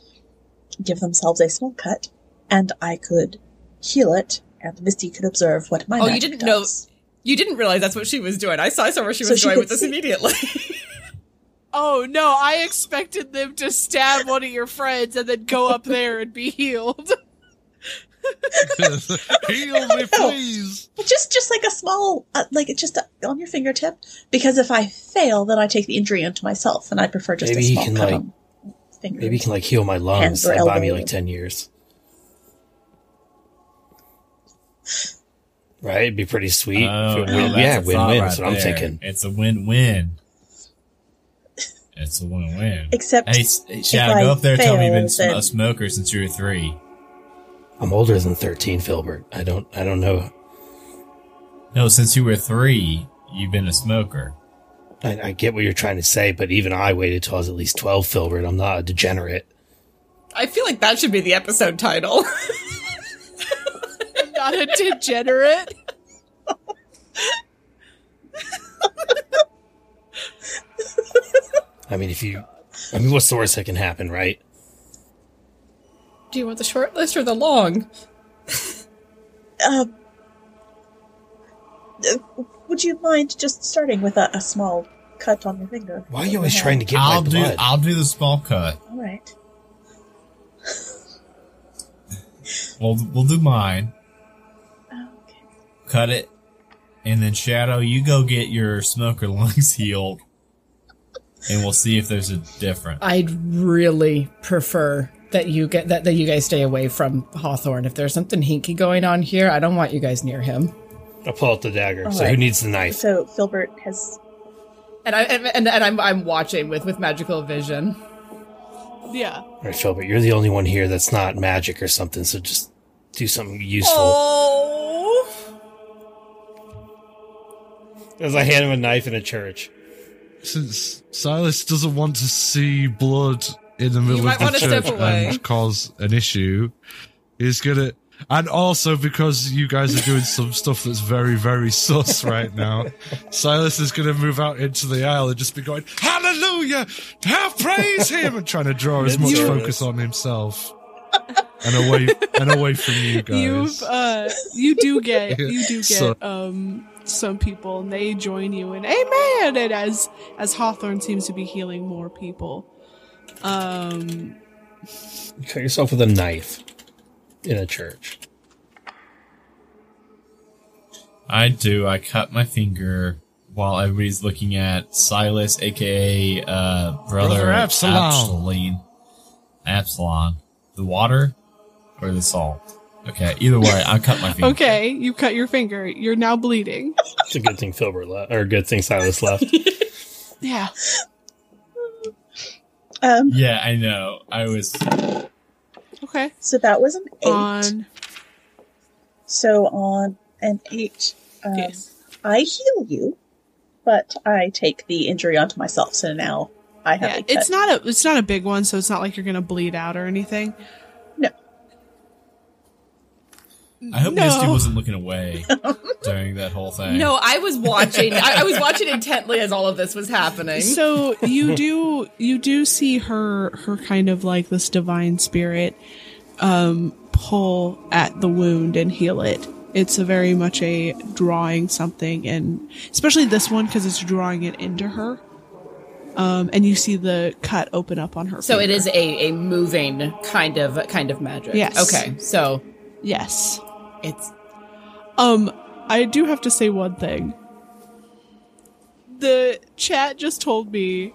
give themselves a small cut, and I could heal it, and Misty could observe what my Oh, you magic didn't know- does. You didn't realize that's what she was doing. I saw I saw where she So was she going could with this see. immediately. Oh no, I expected them to stab one of your friends and then go up there and be healed. Heal me, please. But just just like a small, uh, like it's just uh on your fingertip. Because if I fail, then I take the injury onto myself, and I prefer just Maybe a you small can, cut like- on finger. Maybe you can like heal my lungs. Hands or That'd buy me elbow. like ten years. Right? It'd be pretty sweet. Oh, If it now win- that's yeah, a win thought win. right That's what I'm there. thinking. It's a win win. It's a win win. Except Hey, S- hey, Shadow, I go up there and tell me you've been fail, sm- then- a smoker since you were three. I'm older than thirteen, Filbert. I don't I don't know. No, since you were three, you've been a smoker. I, I get what you're trying to say, but even I waited till I was at least twelve, Filbert. I'm not a degenerate. I feel like that should be the episode title. I'm not a degenerate. I mean if you I mean what's the worst that can happen, right? Do you want the short list or the long? Um, uh, would you mind just starting with a, a small cut on your finger? Why are you always trying to get I'll my do. blood? I'll do the small cut. All right. We'll we'll do mine. Okay. Cut it, and then Shadow, you go get your smoker lungs healed, and we'll see if there's a difference. I'd really prefer that you get that, that you guys stay away from Hawthorne. If there's something hinky going on here, I don't want you guys near him. I'll pull out the dagger. All so who right. needs the knife? So Filbert has. And I and, and, and I'm I'm watching with with magical vision. Yeah. All right, Filbert, you're the only one here that's not magic or something, so just do something useful. Oh, As I hand him a knife in a church. Since Silas doesn't want to see blood in the middle might of the wanna step church away. and cause an issue, he's gonna. And also because you guys are doing some stuff that's very, very sus right now, Silas is gonna move out into the aisle and just be going, "Hallelujah! How praise him!" and trying to draw as much Mid-service. focus on himself and away and away from you guys. You've uh you do get you do get So- um some people and they join you in Amen and as as Hawthorne seems to be healing more people. Um You cut yourself with a knife in a church. I do. I cut my finger while everybody's looking at Silas, aka uh, brother, Brother Absalom. Absalom. Absalom. The water or the salt? Okay, either way, I cut my finger. okay, you cut your finger. You're now bleeding. It's a good thing Filbert left, or a good thing Silas left. Yeah. Um, Yeah, I know. I was. Okay. so that was an eight. On So on an eight, um, yes. I heal you, but I take the injury onto myself. So now I have Yeah, a cut. it's not a it's not a big one, so it's not like you're gonna bleed out or anything. I hope No. Misty wasn't looking away during that whole thing. no! I was watching. I, I was watching intently as all of this was happening. So you do you do see her her kind of like this divine spirit um pull at the wound and heal it. It's a very much a drawing something and especially this one cuz it's drawing it into her. Um and you see the cut open up on her. So it finger. is a, a moving kind of kind of magic. Yes. Okay. So Yes. It's Um, I do have to say one thing. The chat just told me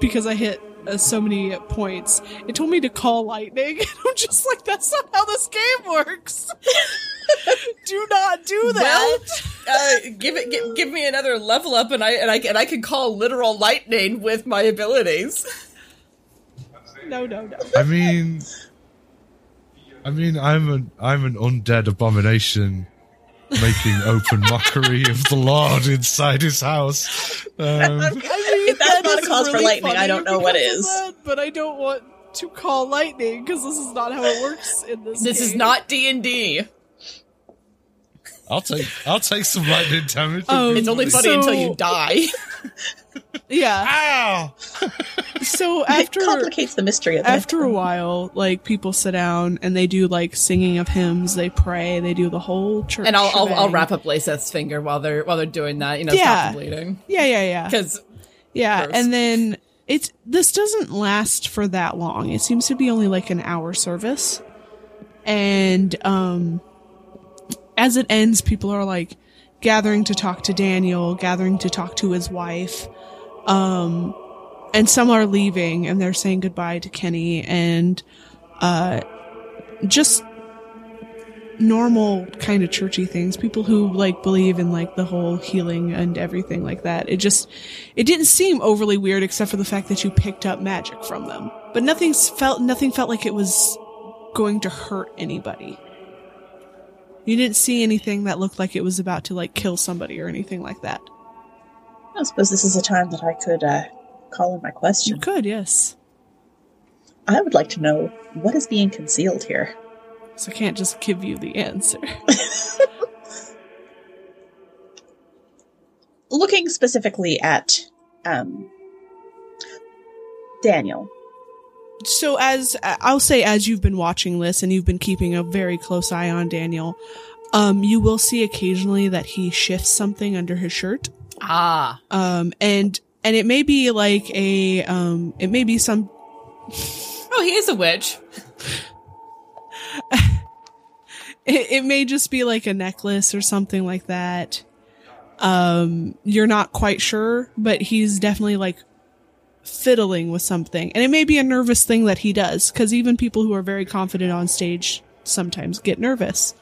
because I hit uh, so many points. It told me to call lightning. I'm just like, that's not how this game works. do not do that. well. Uh, give it. Give, give me another level up, and I and I and I can call literal lightning with my abilities. no, no, no. I mean, I mean, I'm an I'm an undead abomination, making open mockery of the Lord inside his house. Um, I mean, If that's that not a is cause for really lightning, I funny don't know what because of is. that, but I don't want to call lightning because this is not how it works in this. This is game. not D and D. I'll take I'll take some lightning damage. Oh, It's only funny So- until you die. Yeah. Ow! So after it complicates the mystery of the after a mythical. while, like people sit down and they do like singing of hymns, they pray, they do the whole church. And I'll I'll, I'll shebang. wrap up Laceth's finger while they're while they're doing that. You know, Yeah. stop the bleeding Yeah, yeah, yeah, because yeah. gross. And then it's this doesn't last for that long. It seems to be only like an hour service, and um, as it ends, people are like gathering to talk to Daniel, gathering to talk to his wife, um, and some are leaving and they're saying goodbye to Kenny and uh, just normal kind of churchy things. People who like believe in like the whole healing and everything like that. It just it didn't seem overly weird except for the fact that you picked up magic from them, but nothing's felt nothing felt like it was going to hurt anybody. You didn't see anything that looked like it was about to like kill somebody or anything like that. I suppose this is a time that I could uh, call in my You question. could, yes. I would like to know what is being concealed here. So I can't just give you the answer. Looking specifically at um, Daniel, so as I'll say, as you've been watching this and you've been keeping a very close eye on Daniel, um, you will see occasionally that he shifts something under his shirt. ah Um, and and it may be like a um, it may be some oh he is a witch. it, it may just be like a necklace or something like that. Um, you're not quite sure, but he's definitely like fiddling with something. And it may be a nervous thing that he does, because even people who are very confident on stage sometimes get nervous.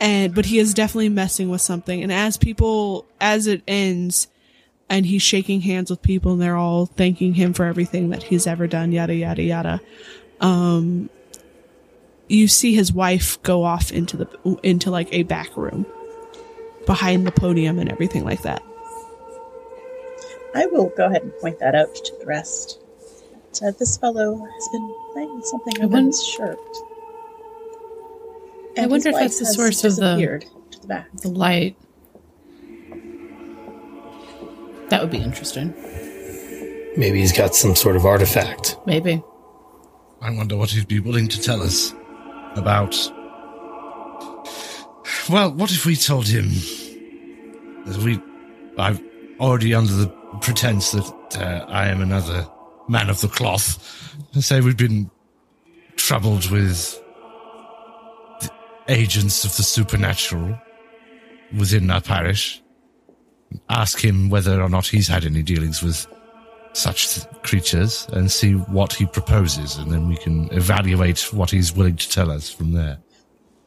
And, but he is definitely messing with something. And as people, as it ends, and he's shaking hands with people and they're all thanking him for everything that he's ever done, yada, yada, yada you see his wife go off into the into like a back room behind the podium and everything like that. I will go ahead and point that out to the rest. But, uh, this fellow has been playing with something under won- his shirt. I And his wonder if wife that's the has source of the- disappeared to the back. The light. That would be interesting. Maybe he's got some sort of artifact. Maybe. I wonder what he'd be willing to tell us about. Well, what if we told him that we. I'm already under the pretense that uh, I am another man of the cloth. And say we've been troubled with the agents of the supernatural within our parish. Ask him whether or not he's had any dealings with such th- creatures and see what he proposes, and then we can evaluate what he's willing to tell us from there.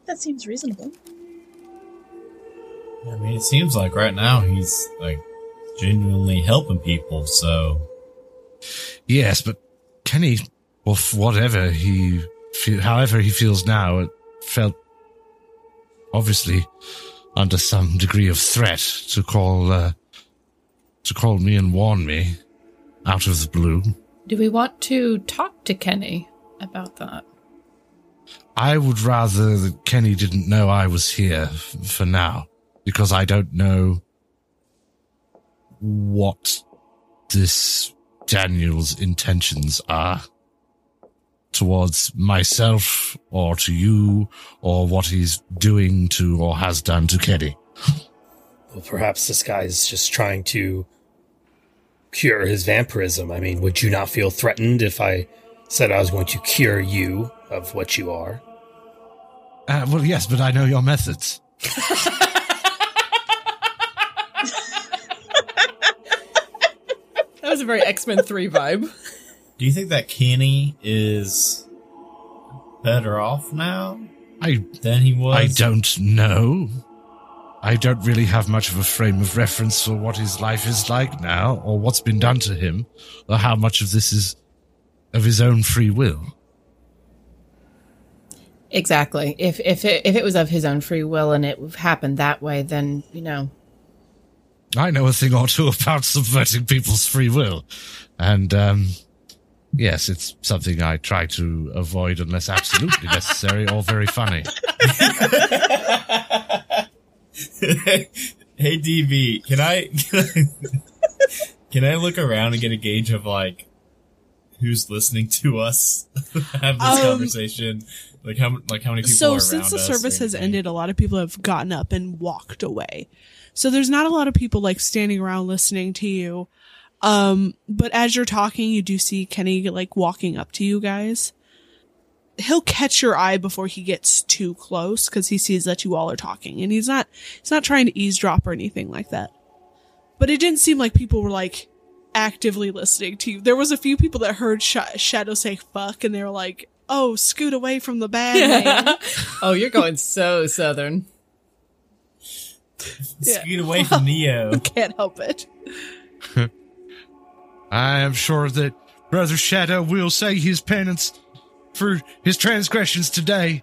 That seems reasonable. I mean, it seems like right now he's like genuinely helping people. So Yes, but Kenny, or f- whatever he, fe- however he feels now, it felt obviously under some degree of threat to call uh, to call me and warn me out of the blue. Do we want to talk to Kenny about that? I would rather that Kenny didn't know I was here f- for now, because I don't know what this Daniel's intentions are towards myself or to you or what he's doing to or has done to Kenny. Well, perhaps this guy is just trying to cure his vampirism. I mean, would you not feel threatened if I said I was going to cure you of what you are? Uh, well, yes, but I know your methods. That was a very X Men 3 vibe. Do you think that Kenny is better off now I than he was? I don't know. I don't really have much of a frame of reference for what his life is like now, or what's been done to him, or how much of this is of his own free will. Exactly. If if it, if it was of his own free will and it happened that way, then you know I know a thing or two about subverting people's free will, and um, yes, it's something I try to avoid unless absolutely necessary or very funny. hey DB, can I can I, can I look around and get a gauge of like who's listening to us have this Um, conversation? Like how like how many people so are since around the us service or has anything? ended a lot of people have gotten up and walked away so there's not a lot of people like standing around listening to you um but as you're talking you do see kenny like walking up to you guys he'll catch your eye before he gets too close because he sees that you all are talking and he's not he's not trying to eavesdrop or anything like that but it didn't seem like people were like actively listening to you there was a few people that heard Sh- shadow say fuck and they were like oh scoot away from the bad man oh, you're going so southern. Yeah. Scoot away from Neo. Can't help it. I am sure that Brother Shadow will say his penance for his transgressions today,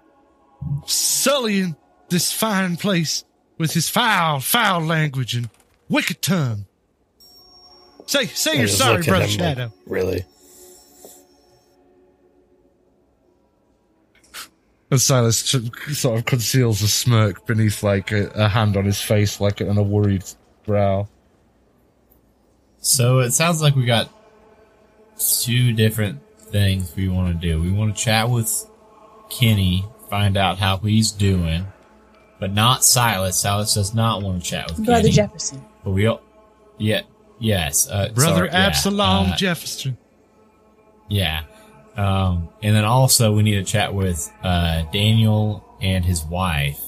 sullying this fine place with his foul, foul language and wicked tongue. Say, say I you're just sorry, look at Brother him like, Shadow. really? And Silas ch- sort of conceals a smirk beneath, like a, a hand on his face, like and a worried brow. So it sounds like we got two different things we want to do. We want to chat with Kenny, find out how he's doing, but not Silas. Silas does not want to chat with Brother Kenny. Jefferson. But we all, yeah, yes, uh, Brother sorry, yeah, Absalom uh, Jefferson. yeah. Um, and then also we need to chat with uh, Daniel and his wife.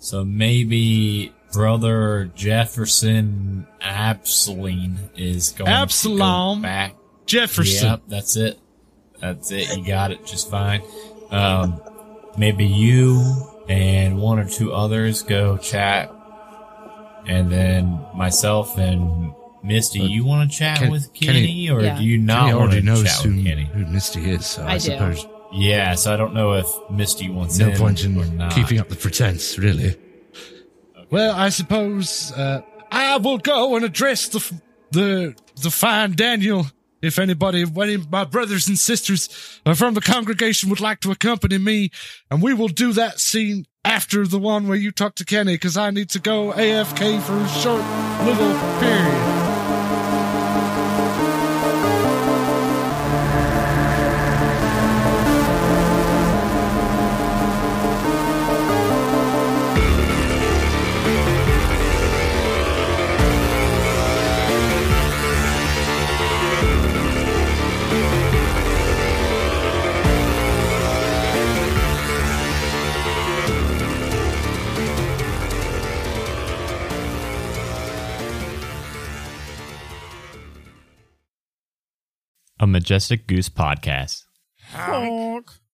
So maybe brother Jefferson Absalene is going Absalom to go back. Jefferson. Yep, that's it. That's it. You got it just fine. Um, maybe you and one or two others go chat, and then myself and Misty. You want to chat Ken- with Kenny, Kenny- or Yeah. do you Kenny not want to already knows chat who, with Kenny? who Misty is, so I I, do. suppose Yeah, so I don't know if Misty wants no in point or in not. keeping up the pretense, really. Well, I suppose uh, I will go and address the f- the the fine Daniel. If anybody, if any of my brothers and sisters uh, from the congregation would like to accompany me, and we will do that scene after the one where you talk to Kenny, because I need to go AFK for a short little period. A Majestic Goose podcast. Honk.